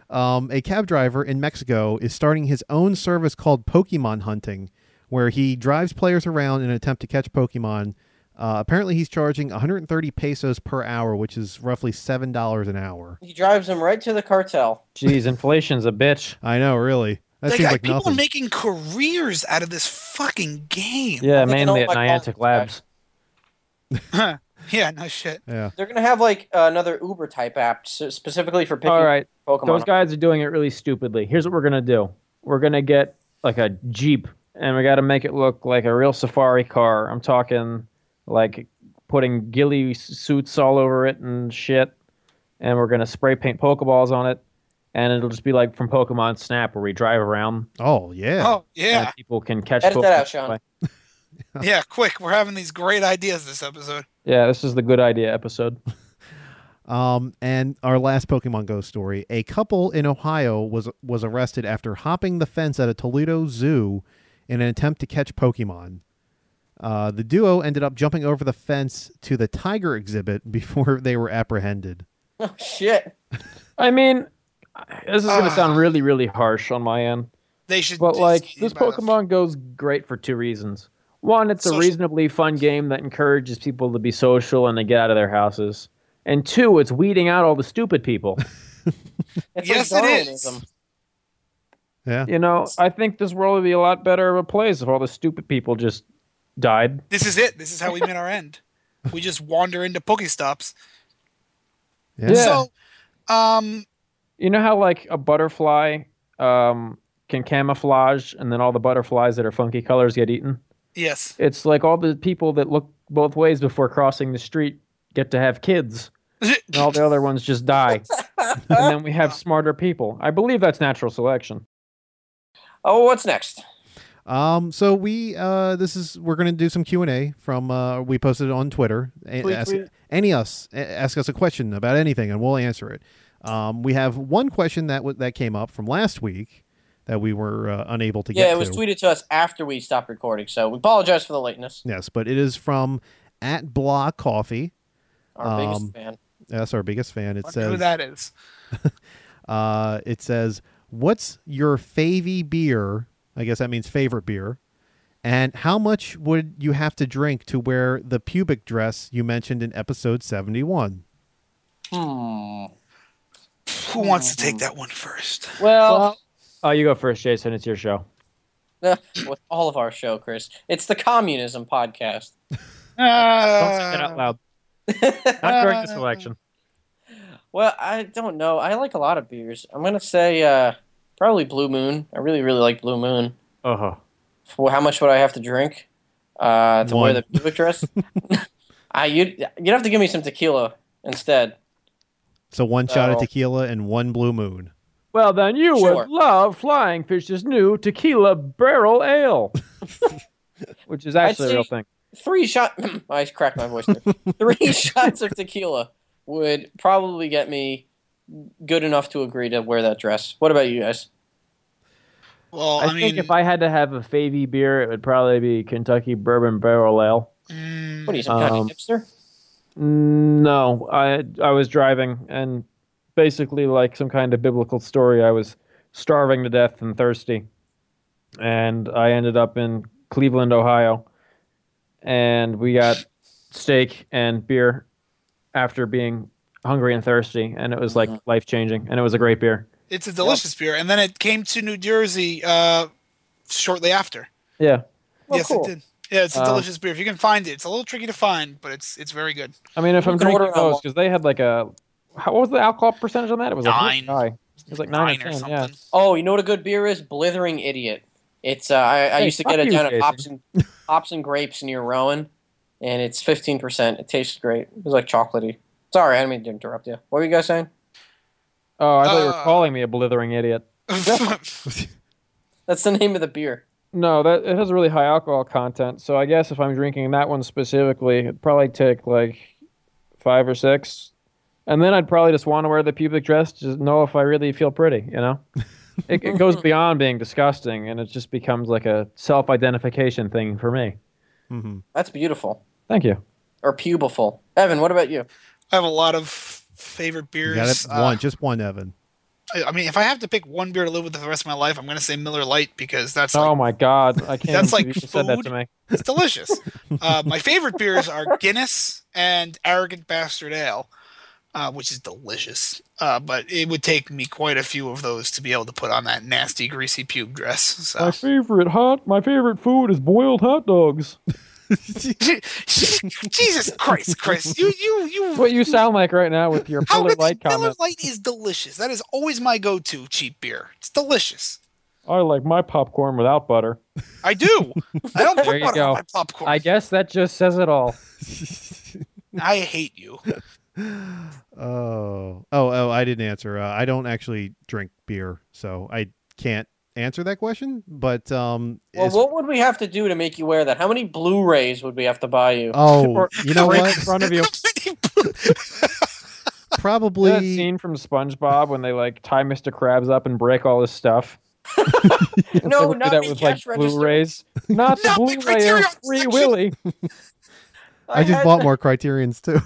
Um, a cab driver in Mexico is starting his own service called Pokemon Hunting, where he drives players around in an attempt to catch Pokemon. Uh, apparently, he's charging 130 pesos per hour, which is roughly seven dollars an hour.
he drives him right to the cartel.
Jeez, inflation's a bitch.
I know, really. That
Like,
seems
I-
like
people
nothing.
are making careers out of this fucking game.
Yeah,
think I
mainly at
don't like all
Niantic
these guys.
Labs.
Yeah, no shit.
yeah.
They're going to have like uh, another Uber type app s- specifically for picking
All right,
Pokemon.
those guys are doing it really stupidly. Here's what we're gonna do: we're gonna get like a jeep, and we got to make it look like a real safari car. I'm talking like putting ghillie s- suits all over it and shit, and we're gonna spray paint Pokeballs on it, and it'll just be like from Pokemon Snap where we drive around
Oh yeah.
Oh yeah,
and people can catch.
Edit that
Pokemon.
out, Sean.
yeah. Quick, we're having these great ideas this episode.
Yeah, this is the good idea episode.
Um, and our last Pokemon Go story: a couple in Ohio was was arrested after hopping the fence at a Toledo zoo in an attempt to catch Pokemon. Uh, the duo ended up jumping over the fence to the tiger exhibit before they were apprehended.
Oh, shit.
I mean, this is gonna
Ah.
sound really, really harsh on my end.
They should.
But
do
like
something
this
about it.
Pokemon Go's great for two reasons. One, it's a
Social-
reasonably fun game that encourages people to be social and to get out of their houses. And two, it's weeding out all the stupid people.
It's
Yes, it
like
is.
Darwinism.
Yeah,
you know, I think this world would be a lot better of a place if all the stupid people just died.
This is it. This is how we meet our end. We just wander into Pokestops.
yeah.
Yeah.
So, um,
You know how like a butterfly um, can camouflage, and then all the butterflies that are funky colors get eaten.
yes.
It's like all the people that look both ways before crossing the street get to have kids. and all the other ones just die. and then we have smarter people. I believe that's natural selection.
Oh, what's next?
Um, so we uh, this is we're gonna do some Q and A from uh, we posted it on Twitter. A-
Tweet,
ask-
tweet.
Any us a- ask us a question about anything, and we'll answer it. Um, we have one question that w- that came up from last week that we were uh, unable to get.
Yeah, it was
to.
tweeted to us after we stopped recording, so we apologize for the lateness.
Yes, but it is from at Blah Coffee.
Our
Um,
biggest fan.
That's our biggest fan. It
Wonder who
says,
that is.
uh, it says, "What's your favy beer?" I guess that means favorite beer. And how much would you have to drink to wear the pubic dress you mentioned in episode seventy-one?
Hmm.
Who wants to
Mm-hmm.
take that one first?
Well,
Oh, you go first, Jason. It's your show.
with all of our show, Chris, it's the communism podcast.
Don't say that out loud. Not during this election.
Well, I don't know. I like a lot of beers. I'm gonna say uh, probably Blue Moon. I really, really like Blue Moon.
Uh huh.
For how much would I have to drink uh, to
One.
wear the pubic dress? I you'd you'd have to give me some tequila instead.
So one shot of
Oh.
tequila and one blue moon.
Well, then you
Sure.
would love Flying Fish's new tequila barrel ale, which is actually a real
say-
thing.
Three shot. I cracked my voice. There. Three shots of tequila would probably get me good enough to agree to wear that dress. What about you guys?
Well,
I,
I,
think
mean,
if I had to have a Favy beer, it would probably be Kentucky Bourbon Barrel Ale.
Mm,
What are you, some kind
Um,
of hipster?
Mm, No, I I was driving and basically like some kind of biblical story. I was starving to death and thirsty, and I ended up in Cleveland, Ohio, and we got steak and beer after being hungry and thirsty, and it was like life changing, and it was a great beer.
it's a delicious beer, and then it came to New Jersey uh, shortly after.
Yeah, Oh,
Well,
yes,
cool.
it did. Yeah, it's a
Um,
delicious beer. If you can find it, it's a little tricky to find, but it's it's very good.
I mean, if
You
I'm
can
drinking
order it
those
online.
because they had like a how, what was the alcohol percentage on that? It was like really
Nine.
high. It was like nine, or, 10,
something.
Yeah.
Oh, you know what a good beer is? Blithering Idiot. It's uh, I, I
Hey,
used to
fuck
get it
you,
down at
Jason.
Hops and, Hops and Grapes near Rowan, and it's fifteen percent. It tastes great. It was like chocolatey. Sorry, I didn't mean to interrupt you. What were you guys saying?
Oh, I thought you were
Uh,
calling me a blithering idiot.
That's the name of the beer.
No, that it has a really high alcohol content. So I guess if I'm drinking that one specifically, it'd probably take like five or six, and then I'd probably just want to wear the pubic dress to know if I really feel pretty. You know, it, it goes beyond being disgusting, and it just becomes like a self-identification thing for me.
hmm
That's beautiful
Thank you.
or pubiful. Evan, what about you?
I have a lot of favorite
You
beers.
got it.
Uh,
one, just one, Evan.
I I mean, if I have to pick one beer to live with the rest of my life, I'm going to say Miller Lite because that's
oh my god, I can't.
That's like
believe you just said that
food.
to me.
It's delicious. uh, my favorite beers are Guinness and Arrogant Bastard Ale, uh, which is delicious. Uh, but it would take me quite a few of those to be able to put on that nasty, greasy pube dress. So.
My favorite hot, my favorite food is boiled hot dogs.
Jesus Christ, Chris! You, you, you.
That's what you sound like right now with your
how
Miller
is
Lite
Miller
comment.
Lite is delicious. That is always my go-to cheap beer. It's delicious.
I like my popcorn without butter.
I do. I don't
There
put
you
butter on
go.
my popcorn.
I guess that just says it all.
I hate you.
Oh, oh, oh! I didn't answer. Uh, I don't actually drink beer, so I can't answer that question. But um,
Well,
as-
what would we have to do to make you wear that? How many Blu-rays would we have to buy you?
oh,
Or-
you know
right
what?
in front of you. You know That
Probably
scene from SpongeBob when they like tie Mr. Krabs up and break all his stuff.
No,
They do
not
that
the
with like
cash register.
Blu-rays. Not
Not
the
the
Blu-ray
Criterion
of Free
section.
Willy.
I just
had
bought
that-
more Criterion's too.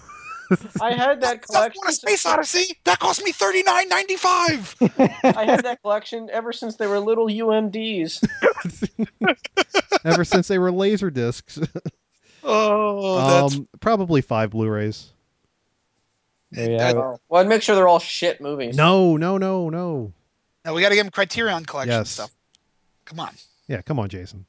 I had that
Stuff
collection.
on a Space Odyssey that cost me thirty nine ninety five.
I had that collection ever since they were little UMDs.
Ever since they were laser discs,
Oh, that's
um, probably five Blu-rays.
There
Uh,
you have it.
Oh. Well, I'd make sure they're all shit movies.
No, no, no, no.
no. We got to give him Criterion Collection
Yes.
stuff. Come on.
Yeah, come on, Jason.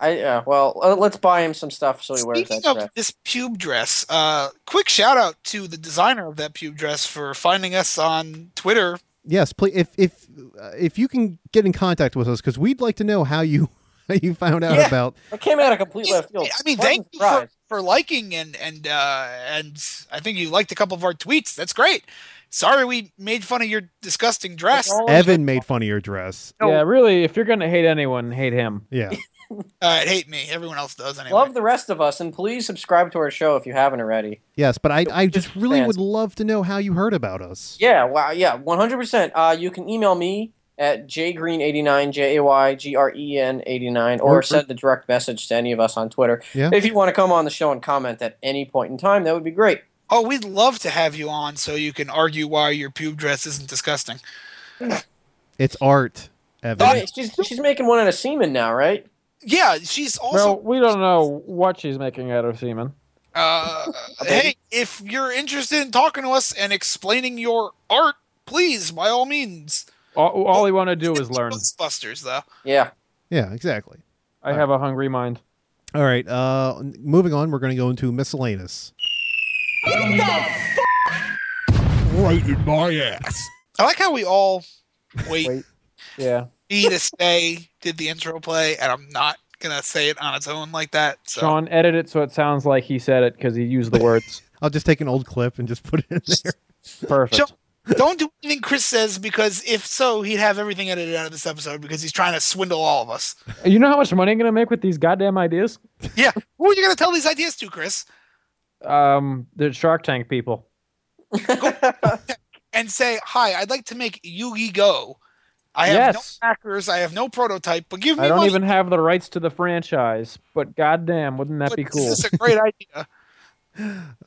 I uh, well, uh, let's buy him some stuff so he wears that.
Speaking of
crap.
this pube dress, uh, quick shout out to the designer of that pube dress for finding us on Twitter.
Yes, please. If if uh, if you can get in contact with us, because we'd like to know how you how you found out
Yeah.
about.
It came out of complete left field.
I mean,
Wasn't
thank you for,
surprised.
for liking and and uh, and I think you liked a couple of our tweets. That's great. Sorry we made fun of your disgusting dress.
It's all
Evan made fun of your dress.
Yeah, really. If you're gonna hate anyone, hate him.
Yeah,
Uh, hate me. Everyone else does anyway.
Love the rest of us, and please subscribe to our show if you haven't already.
yes, but I I just really
fans.
would love to know how you heard about us.
Yeah, wow, yeah, one hundred percent. Uh, you can email me at jgreen89 j a y g r e n 89 or
Or-
send a direct message to any of us on Twitter.
Yeah.
If you want to come on the show and comment at any point in time, that would be great.
Oh, we'd love to have you on so you can argue why your pube dress isn't disgusting.
It's art, Evan.
Oh, she's she's making one out of semen now, right?
Yeah, she's also.
Well, we don't know what she's making out of semen.
uh, hey, if you're interested in talking to us and explaining your art, please, by all means.
All, all we want to do is learn.
Ghostbusters, though.
Yeah.
Yeah, exactly.
I have a hungry mind.
All right. Uh, n- moving on, we're going to go into miscellaneous.
Right in my ass.
I like how we all wait,
Wait. Yeah.
me to stay did the intro play, and I'm not gonna say it on its own like that. So
Sean, edit it so it sounds like he said it because he used the words.
I'll just take an old clip and just put it in there.
Perfect.
Sean- don't do anything Chris says because if so, he'd have everything edited out of this episode because he's trying to swindle all of us.
You know how much money I'm gonna make with these goddamn ideas?
Yeah, who are you gonna tell these ideas to, Chris?
Um, the Shark Tank people.
And say, "Hi, I'd like to make Yugi go. I have
Yes.
no hackers. I have no prototype. But give me
I don't
money.
even have the rights to the franchise, but goddamn, wouldn't that
but
be cool?
This is a great idea.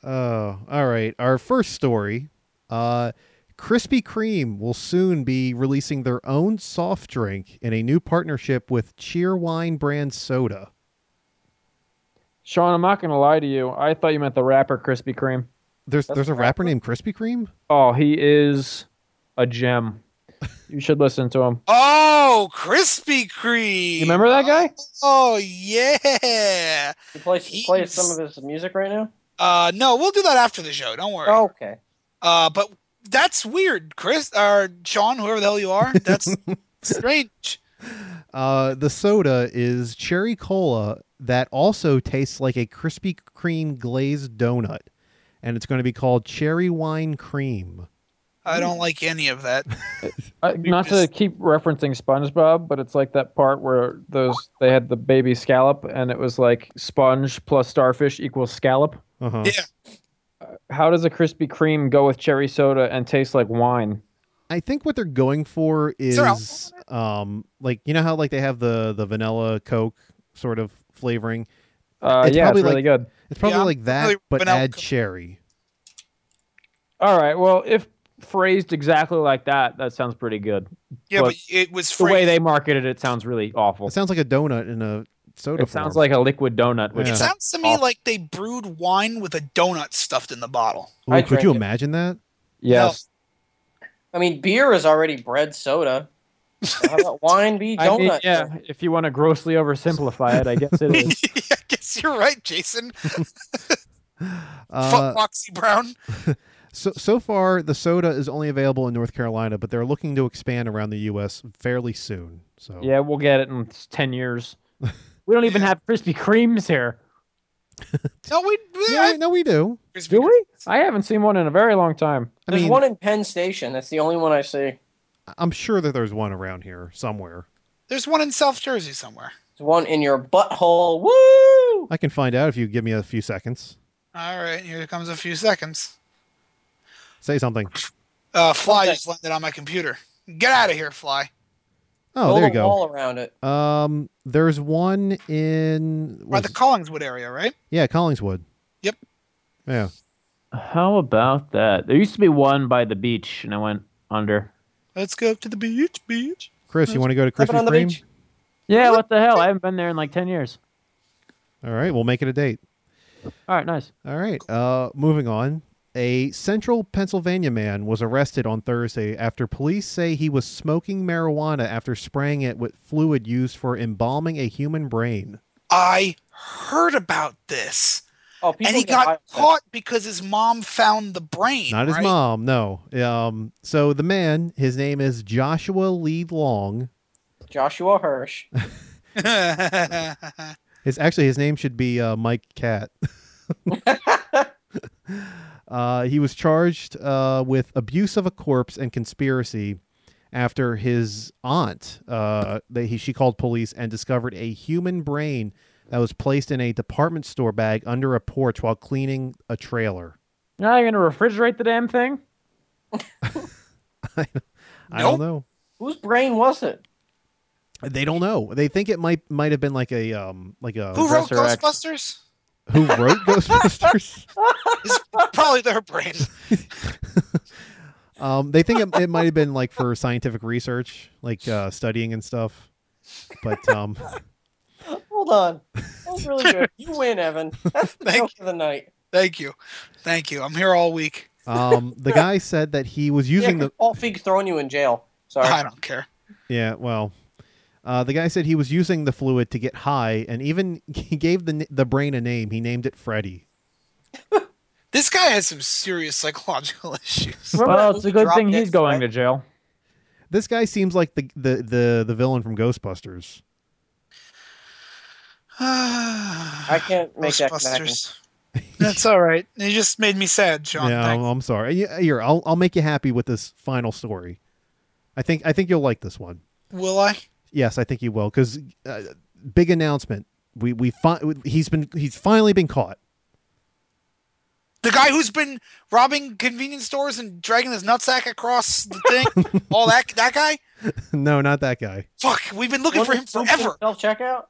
Oh, all right. Our first story. Uh, Krispy Kreme will soon be releasing their own soft drink in a new partnership with Cheerwine brand soda.
Sean, I'm not gonna lie to you. I thought you meant the rapper Krispy Kreme.
There's
That's
there's a
a
rapper named Krispy Kreme.
Oh, he is a gem. You should listen to him.
Oh, Krispy Kreme.
You remember that guy?
Oh yeah.
You play, play some of his music right now?
Uh, no, we'll do that after the show. Don't worry.
Oh, okay.
Uh, but that's weird, Chris or Sean, whoever the hell you are. That's strange.
Uh, the soda is cherry cola that also tastes like a Krispy Kreme glazed donut, and it's going to be called Cherry Wine Cream.
I don't like any of that.
I, not to
just-
keep referencing SpongeBob, but it's like that part where those they had the baby scallop, and it was like sponge plus starfish equals scallop.
Uh-huh.
Yeah.
How does a Krispy Kreme go with cherry soda and taste like wine?
I think what they're going for
Is there
is um like you know how like they have the the vanilla Coke sort of flavoring.
Uh,
It's
yeah, it's
probably
really good.
It's probably
Yeah,
like that,
probably
but
vanilla
add
Coke.
cherry.
All right, well, if phrased exactly like that, that sounds pretty good.
Yeah, but
But
it was
The way
free.
they marketed it sounds really awful.
It sounds like a donut in a soda.
It sounds
form.
like a liquid donut, which
Yeah.
It sounds to me like they brewed wine with a donut stuffed in the bottle.
Ooh,
I
could
drank
you
it.
imagine that?
yes.
I mean, beer is already bread soda. So how about wine be
I
donut?
mean, yeah, if you want to grossly oversimplify it, I guess it
yeah,
is.
I guess you're right, Jason.
Uh,
Uh,
Fuck Foxy Brown.
so so far, the soda is only available in North Carolina, but they're looking to expand around the U.S. fairly soon. So
Yeah, we'll get it in ten years. We don't even have Krispy Kremes here,
No, we.
yeah, no, we do.
do we? I haven't seen one in a very long time.
I
There's
mean,
one in Penn Station. That's the only one I see. There's
I'm sure that there's one around here somewhere.
There's one in South Jersey somewhere.
one in your butthole. Woo!
I can find out if you give me a few seconds.
All right, here comes a few seconds.
Say something.
Uh, Fly
Okay.
just landed on my computer. Get out of here, Fly.
Oh,
Build
there
a
you go.
wall around it.
Um, there's one in
By
was-
the Collingswood area, right?
yeah Collingswood.
Yep.
Yeah.
How about that? There used to be one by the beach, and I went under.
Let's go up to the beach, beach.
Chris, you want to go to
Have it
Krispy
on the
Kreme?
beach.
Yeah, what the hell? I haven't been there in like ten years.
All right, we'll make it a date.
All right, nice.
All right. Uh, moving on. A central Pennsylvania man was arrested on Thursday after police say he was smoking marijuana after spraying it with fluid used for embalming a human brain.
I heard about this,
Oh, people
and he
get high
got
off that.
caught because his mom found the brain.
Not his
right?
mom, no. Um, so the man, his name is Joshua Lee Long.
Joshua Hirsch.
His actually his name should be uh, Mike Cat. uh, he was charged uh, with abuse of a corpse and conspiracy after his aunt uh, that he she called police and discovered a human brain that was placed in a department store bag under a porch while cleaning a trailer.
Now you're gonna refrigerate the damn thing?
I don't know.
Whose brain was it?
They don't know. They think it might might have been like a um like a
Who wrote
Professor X.
Ghostbusters?
who wrote Ghostbusters.
It's probably their brain.
Um, they think it, it might have been like for scientific research, like uh, studying and stuff. But um,
Hold on. That was really good. You win, Evan. That's the
Thank
joke of the night.
Thank you, thank you. I'm here all week.
um, the guy said that he was
Yeah,
using
'cause
the
Paul Feig throwing you in jail. Sorry.
I don't care.
yeah. Well, uh, the guy said he was using the fluid to get high, and even he gave the n- the brain a name. He named it Freddy.
This guy has some serious psychological issues.
Remember
Well,
that
it's a
movie
good
Drop
thing he's
Dead
going
Fred?
to jail.
This guy seems like the the the, the villain from Ghostbusters.
I
I
can't make that connection.
Ghostbusters. That's all right. It just made me sad, Sean.
yeah, I'm,
Thank-
I'm sorry. Yeah, Here, I'll I'll make you happy with this final story. I think I think you'll like this one.
Will I?
Yes, I think you will because uh, big announcement. We we fi- he's been he's finally been caught.
The guy who's been robbing convenience stores and dragging his nutsack across the thing, all that that guy.
no, not that guy.
Fuck, we've been looking for him forever.
Self checkout.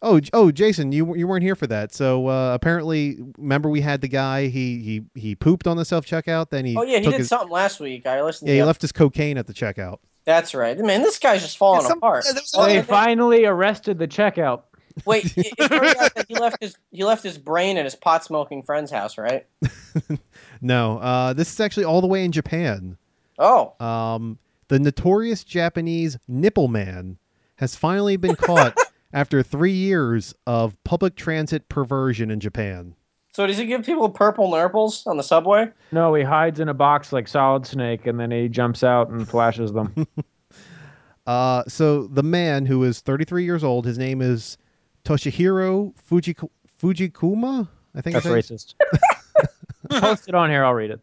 Oh, J- oh, Jason, you you weren't here for that. So uh, apparently, remember we had the guy. He he he pooped on the self checkout. Then he
Oh yeah, he
took
did
his,
something last week. I listened.
yeah he
to the-
left his cocaine at the checkout.
That's right. Man, this guy's just falling
Some-
apart.
there was
Oh,
They
yeah.
another-
finally arrested the checkout.
Wait, it, it turns out that he left his he left his brain at his pot smoking friend's house, right?
No, uh, this is actually all the way in Japan.
Oh,
Um, the notorious Japanese nipple man has finally been caught after three years of public transit perversion in Japan.
so does he give people purple nurples on the subway?
No, he hides in a box like Solid Snake, and then he jumps out and flashes them.
Uh, so the man who is 33 years old, his name is Toshihiro Fujiku- Fujikuma. I think
That's
his name-
racist. Post it on here. I'll read it.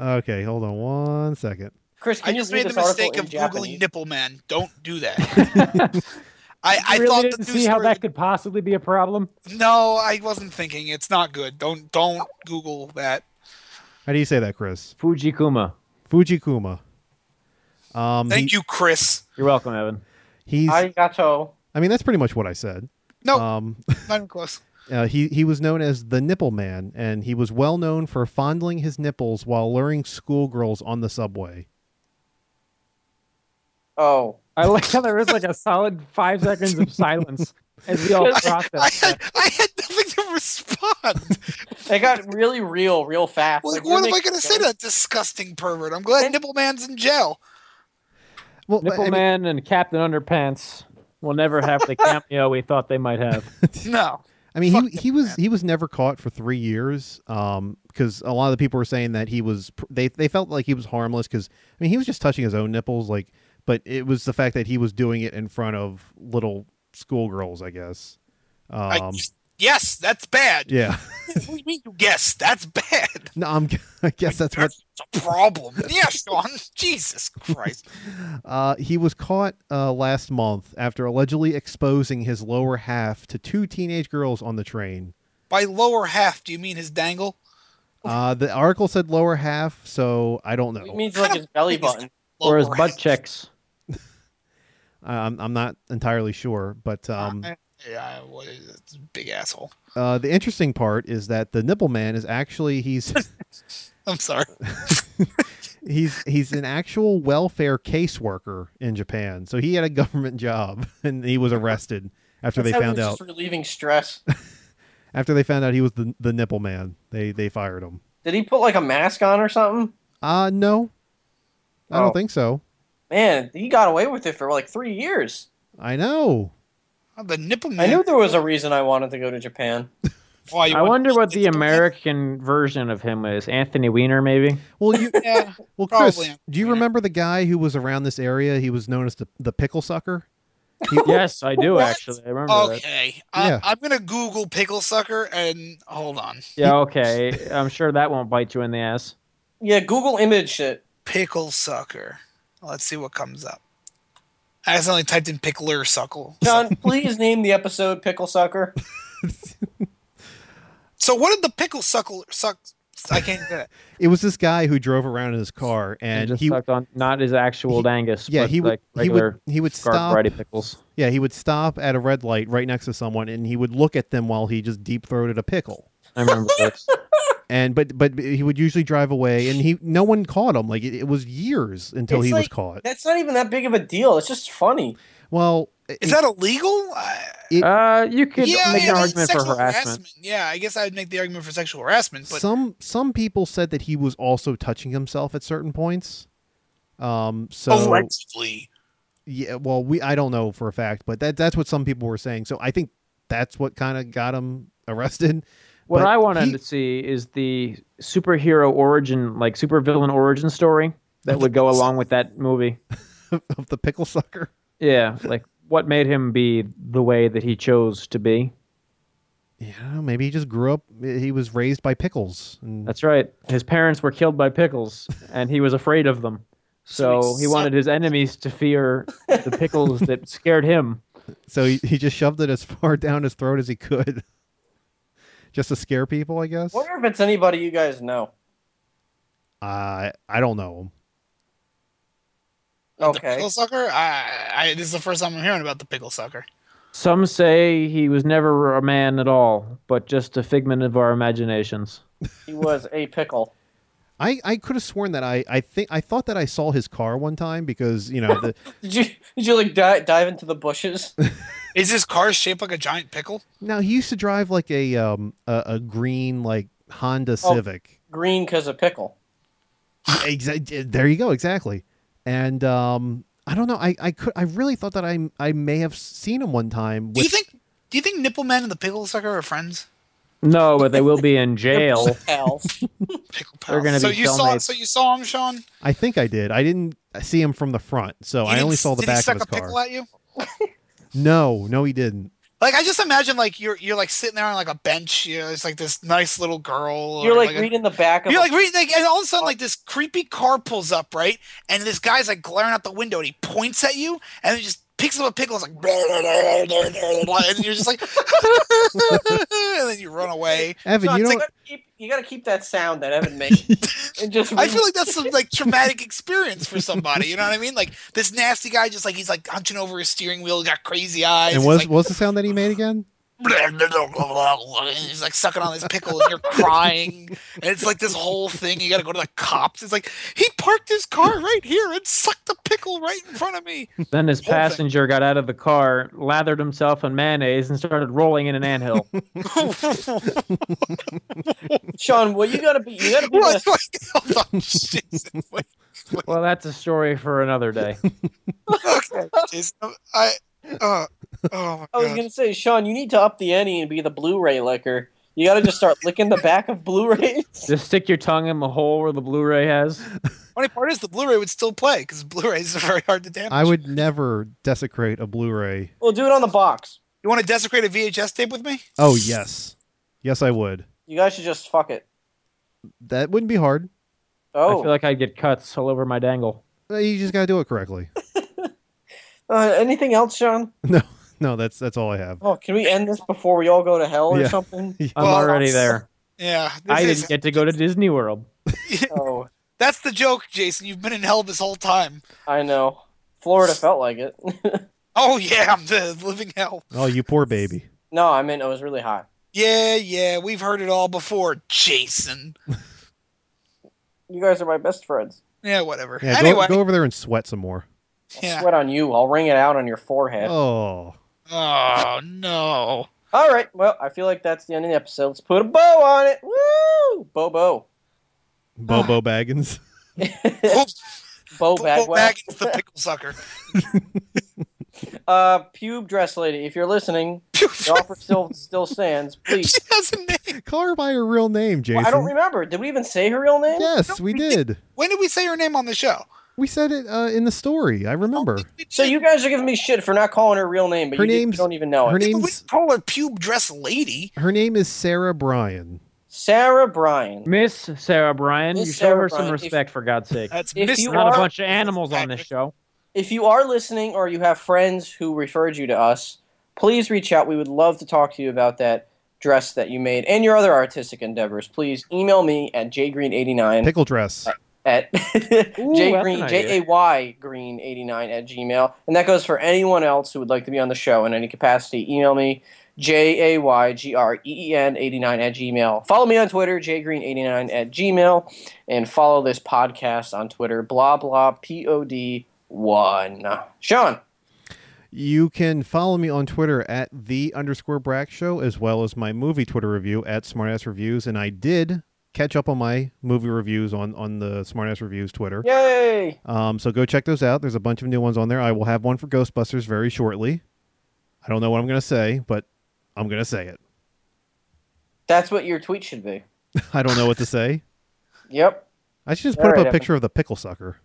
Okay, hold on one second.
Chris, can
I
you
just
read
made the
this article
mistake
in
of googling
Japanese?
nipple man. Don't do that. I, I
really
thought
didn't
the
see
news
how
story-
that could possibly be a problem.
No, I wasn't thinking. It's not good. Don't don't Google that.
How do you say that, Chris?
Fujikuma.
Fujikuma. Um,
Thank
he-
you, Chris.
You're welcome, Evan.
He's. I,
Arigato.
mean, that's pretty much what I said.
No,
Um,
not even close.
uh, he he was known as the Nipple Man, and he was well known for fondling his nipples while luring schoolgirls on the subway.
Oh,
I like how there was like a solid five seconds of silence as we all process.
I
that.
had, I had nothing to respond.
it got really real, real fast.
like,
you're
what am I
making
going to say to that disgusting pervert? I'm glad Nipple Man's in jail.
Well, I
Nipple
mean,
Man and Captain Underpants will never have the cameo we thought they might have.
No.
I mean, he,
Fucking
he was he was never caught for three years, because a lot of the people were saying that he was pr- they they felt like he was harmless because I mean he was just touching his own nipples, like, but it was the fact that he was doing it in front of little schoolgirls, I guess. Um,
I, yes, that's bad.
yeah,
What do you mean? Yes, that's bad.
no, I'm, I guess that's what
That's a problem. Yeah, Sean. Jesus Christ.
Uh, he was caught uh, last month after allegedly exposing his lower half to two teenage girls on the train.
By lower half, do you mean his dangle?
Uh, the article said lower half, so I don't know.
It means like his belly button.
or his
Lower
butt
half.
checks.
I'm, I'm not entirely sure, but um,
Yeah, what is it? It's a big asshole.
uh, the interesting part is that the nipple man is actually he's
I'm sorry.
he's he's an actual welfare caseworker in Japan, so he had a government job and he was arrested after they
That's how he
found
was
out
Just relieving stress.
after they found out he was the the nipple man. They they fired him.
Did he put like a mask on or something?
Uh no, I don't
Oh.
think so.
Man, he got away with it for like three years.
I know.
Oh, the nipple
I
man.
knew there was a reason I wanted to go to Japan.
Why, you
I
want-
wonder what the
Nipple Man?
American version of him is. Anthony Weiner, maybe.
Well, you,
Yeah.
well, Chris,
Probably.
do you remember the guy who was around this area? He was known as the, the pickle sucker.
yes, I do
What?
actually. I remember that.
Okay. I-
Yeah.
I'm going to Google pickle sucker and hold on.
Yeah, okay. I'm sure that won't bite you in the ass.
Yeah, Google image it.
Pickle sucker. Let's see what comes up. I accidentally typed in pickler suckle.
John, please name the episode Pickle Sucker.
So what did the pickle suckle suck? I can't get it.
It was this guy who drove around in his car, and
just
he
sucked on not his actual
he-
Dangus,
yeah
but
he would
like
he would
regular
he would
scarf
stop
variety pickles.
yeah he would stop at a red light right next to someone, and he would look at them while he just deep throated a pickle.
I remember this.
And but but he would usually drive away, and he no one caught him. Like it, it was years until
It's
he was
like-
caught.
That's not even that big of a deal. It's just funny.
Well,
Is
it-
that illegal? I,
it-
Uh, you could
yeah,
make
yeah,
an argument for
sexual
harassment.
Yeah, I guess I'd make the argument for sexual harassment, but
some some people said that he was also touching himself at certain points. Um, so
Oh, allegedly.
yeah, well, we I don't know for a fact, but that that's what some people were saying. So I think that's what kind of got him arrested.
What
But
I wanted
he-
to see is the superhero origin, like supervillain origin story that would go along with that movie.
of the pickle sucker.
Yeah, like what made him be the way that he chose to be.
Yeah, I don't know, maybe he just grew up. He was raised by pickles. And
That's right. His parents were killed by pickles, and he was afraid of them. So he wanted his enemies to fear the pickles that scared him.
so he, he just shoved it as far down his throat as he could. just to scare people, I guess.
Wonder if it's anybody you guys know.
I I don't know.
The
Okay.
pickle sucker? I, I, this is the first time I'm hearing about the pickle sucker.
Some say he was never a man at all, but just a figment of our imaginations.
He was a pickle.
I, I could have sworn that I, I think I thought that I saw his car one time because you know the,
Did you, did you like di- dive into the bushes?
Is his car shaped like a giant pickle?
now he used to drive like a um a, a green like Honda
Oh.
Civic.
Green because of pickle.
Exa- there you go exactly, and um I don't know I, I could I really thought that I I may have seen him one time.
Do you
with-
think? Do you think Nipple Man and the Pickle Sucker are friends?
No, but they will be in jail.
Pals.
Pickle
They're
pals.
gonna
so
be
you saw.
cellmates.
So you saw him, Sean. You
I think I did. I didn't see him from the front, so I
didn't-
only saw the
did he
back
suck
of his
a
car.
pickle at you?
No, no, he didn't.
Like I just imagine, like you're you're like sitting there on like a bench. You know, it's like this nice little girl. or,
You're like
a-
reading the back of
You're
a-
like reading, like, and all of a sudden, like this creepy car pulls up, right? And this guy's like glaring out the window, and he points at you, and he just picks up a pickle, and it's like, blah, blah, blah, blah, blah, blah, and you're just like, and then you run away.
Evan,
Sean,
you
you
don't.
gotta keep you gotta keep that sound that Evan makes. and just
I feel like that's some like traumatic experience for somebody. You know what I mean? Like this nasty guy, just like he's like hunching over his steering wheel, got crazy eyes.
And
he's,
was
like,
was the sound that he made again?
blah, blah, blah, blah, blah, and he's like sucking on his pickle and you're crying and it's like this whole thing you gotta go to the cops it's like he parked his car right here and sucked the pickle right in front of me
then his
Whole thing.
passenger got out of the car, lathered himself in mayonnaise, and started rolling in an anthill.
Sean, well you gotta be you gotta be the-
What? Like, hold on, Jason, wait,
well, that's a story for another day.
okay, Jason, I uh, oh my
I was
God.
gonna say, Sean, you need to up the ante and be the Blu-ray licker. You gotta just start licking the back of Blu-rays.
Just stick your tongue in the hole where the Blu-ray has.
funny part is the Blu-ray would still play because Blu-rays are very hard to damage
I would never desecrate a Blu-ray.
Well, do it on the box.
you want to desecrate a VHS tape with me
Oh yes, yes, I would.
You guys should just fuck it.
That wouldn't be hard.
I
Oh,
feel like I'd get cuts all over my dangle.
Uh, You just gotta do it correctly.
uh, anything else, Sean?
No, that's that's all I have.
Oh, can we end this before we all go to hell or
Yeah.
something?
I'm
Well,
already there.
yeah this
I
is-
didn't get to go to Disney World.
Oh,
that's the joke Jason you've been in hell this whole time
I know. Florida felt like it.
oh yeah I'm the living hell
Oh, you poor baby.
no, I meant it was really hot.
Yeah, yeah, we've heard it all before, Jason.
You guys are my best friends.
Yeah, whatever.
Yeah, go-
anyway,
go, over there and sweat some more.
I'll
yeah.
sweat on you. I'll wring it out on your forehead.
Oh,
Oh no.
All right. Well, I feel like that's the end of the episode. Let's put a bow on it. Woo! Bobo.
Ah.
Bobo Baggins.
Oh,
Bo
Baggin's
Bagwell.
the pickle sucker.
Uh, pube dress lady, if you're listening, the offer still still stands. Please.
she has a name.
Call her by her real name, Jason.
Well, I don't remember. Did we even say her real name?
yes, we did.
When did we say her name on the show?
We said it uh, in the story. I remember.
So you guys are giving me shit for not calling her real name, but
Her
you, did-
name's-
you don't even know
Her
it.
People would
name's
call her pube dress lady.
her name is Sarah Bryan.
Sarah Bryan.
Miss Sarah Bryan,
Miss
you show
Sarah
her
Bryan,
some
if-
respect for God's sake.
That's
If
Miss
you
We're not
are-
a bunch of animals on this show.
If you are listening or you have friends who referred you to us, please reach out. We would love to talk to you about that dress that you made and your other artistic endeavors. Please email me at jgreen89
Pickle dress.
at
Ooh,
J
that's
Green
an
J A Y Green eighty nine at Gmail, and that goes for anyone else who would like to be on the show in any capacity. Email me J A Y G R E E N eighty nine at Gmail. Follow me on Twitter J Green eighty nine at Gmail, and follow this podcast on Twitter blah blah p o d one. Sean,
You can follow me on Twitter at the underscore Brack Show, as well as my movie Twitter review at Smartass Reviews. And I did catch up on my movie reviews on on the Smartass Reviews Twitter.
yay!
Um, so go check those out. There's a bunch of new ones on there. I will have one for Ghostbusters very shortly. I don't know what I'm going to say, but I'm going to say it.
That's what your tweet should be.
I don't know what to say.
Yep.
I should just
All
put
right,
up a
Evan.
picture of the pickle sucker.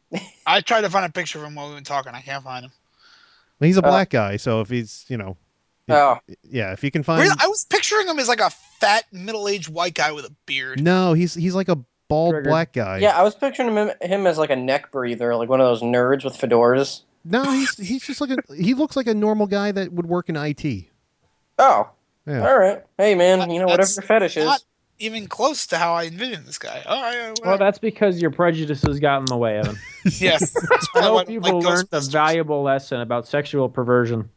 I tried to find a picture of him while we were talking. I can't find him.
Well, he's a
Oh.
black guy, so if he's you know,
Oh,
yeah, if you can find,
Really, I was picturing him as like a fat middle-aged white guy with a beard.
no, he's he's like a bald
Triggered.
black guy.
yeah. I was picturing him, him as like a neck breather, like one of those nerds with fedoras.
No, he's he's just like a he looks like a normal guy that would work in IT.
Oh,
Yeah.
All right. Hey, man, you know, whatever
That's
your fetish is.
Not even close to how I envisioned this guy. Oh, uh, All right. all right.
Well, that's because your prejudices got in the way, Evan.
yes. That's
I
probably why
hope
don't
you've
like
learned a
Ghostbusters.
valuable lesson about sexual perversion.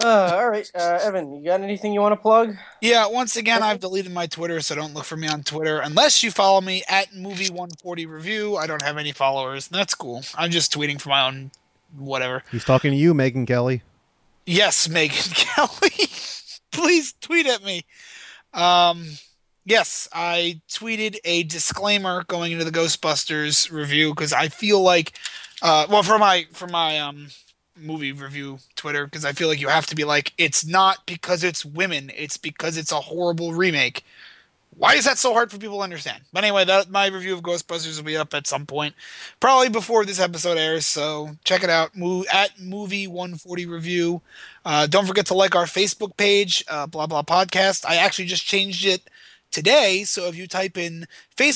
Uh, all right, uh, Evan, you got anything you want to plug?
Yeah, once again, I've deleted my Twitter, so don't look for me on Twitter unless you follow me at movie140 review. I don't have any followers, and that's cool. I'm just tweeting for my own whatever.
He's talking to you, Megan Kelly.
Yes, Megan Kelly, please tweet at me. Um, yes, I tweeted a disclaimer going into the Ghostbusters review because I feel like, uh, well, for my for my um movie review Twitter because I feel like you have to be like it's not because it's women, it's because it's a horrible remake. Why is that so hard for people to understand? But anyway, that my review of Ghostbusters will be up at some point, probably before this episode airs. So check it out Mo- at movie one forty review. Uh, don't forget to like our Facebook page, uh, blah blah podcast. I actually just changed it today, so if you type in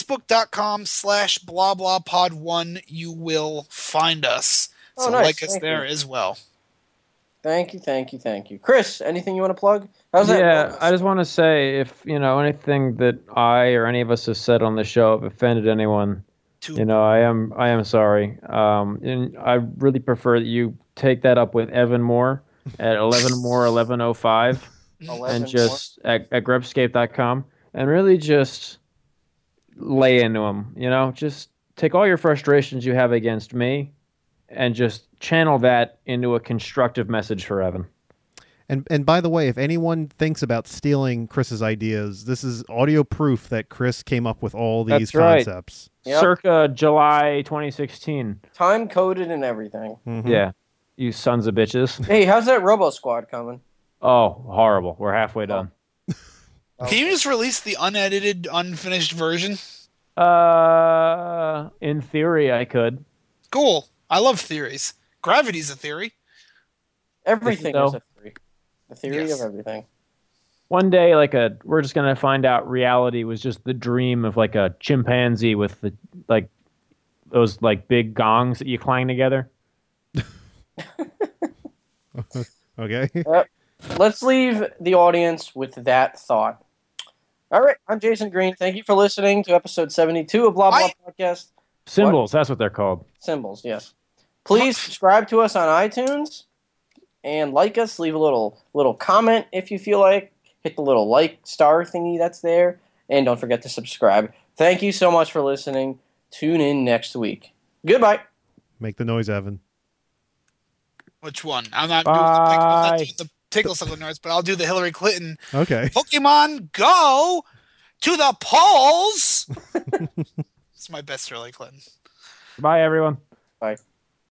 facebook.com slash blah blah pod one, you will find us.
Oh,
so
nice.
like us
Thank
there
you.
as well.
Thank you, thank you, thank you. Chris, anything you want to plug? How's that?
yeah, I just want to say if you know anything that I or any of us have said on the show have offended anyone,
To
you know I am I am sorry. Um, and I really prefer that you take that up with Evan Moore at eleven more eleven oh five.
11
and just at, at grubscape.com and really just lay into them you know just take all your frustrations you have against me and just channel that into a constructive message for evan
And and by the way, if anyone thinks about stealing Chris's ideas, this is audio proof that Chris came up with all these
That's right.
concepts.
Yep.
circa july 2016
time coded and everything.
Mhm.
yeah you sons of bitches
Hey, how's that Robo Squad coming?
oh horrible we're halfway done
Can you just release the unedited, unfinished version?
uh in theory i could
Cool. I love theories. Gravity's a theory.
Everything
No.
is a theory. The theory
Yes.
of everything.
one day like a we're just gonna find out reality was just the dream of like a chimpanzee with the like those like big gongs that you clang together
Okay.
Let's leave the audience with that thought. All right, I'm Jason Green. Thank you for listening to episode 72 of Blah Blah
I-
Podcast.
symbols that's what they're called
Symbols, yes. Please subscribe to us on iTunes and like us. Leave a little little comment if you feel like. Hit the little like star thingy that's there, and don't forget to subscribe. Thank you so much for listening. Tune in next week. Goodbye.
Make the noise, Evan.
Which one? I'm not, doing the, I'm
Bye.
not doing the tickle suckle noise, but I'll do the Hillary Clinton
Okay.
Pokemon Go to the polls. it's my best Hillary Clinton.
bye everyone
Bye.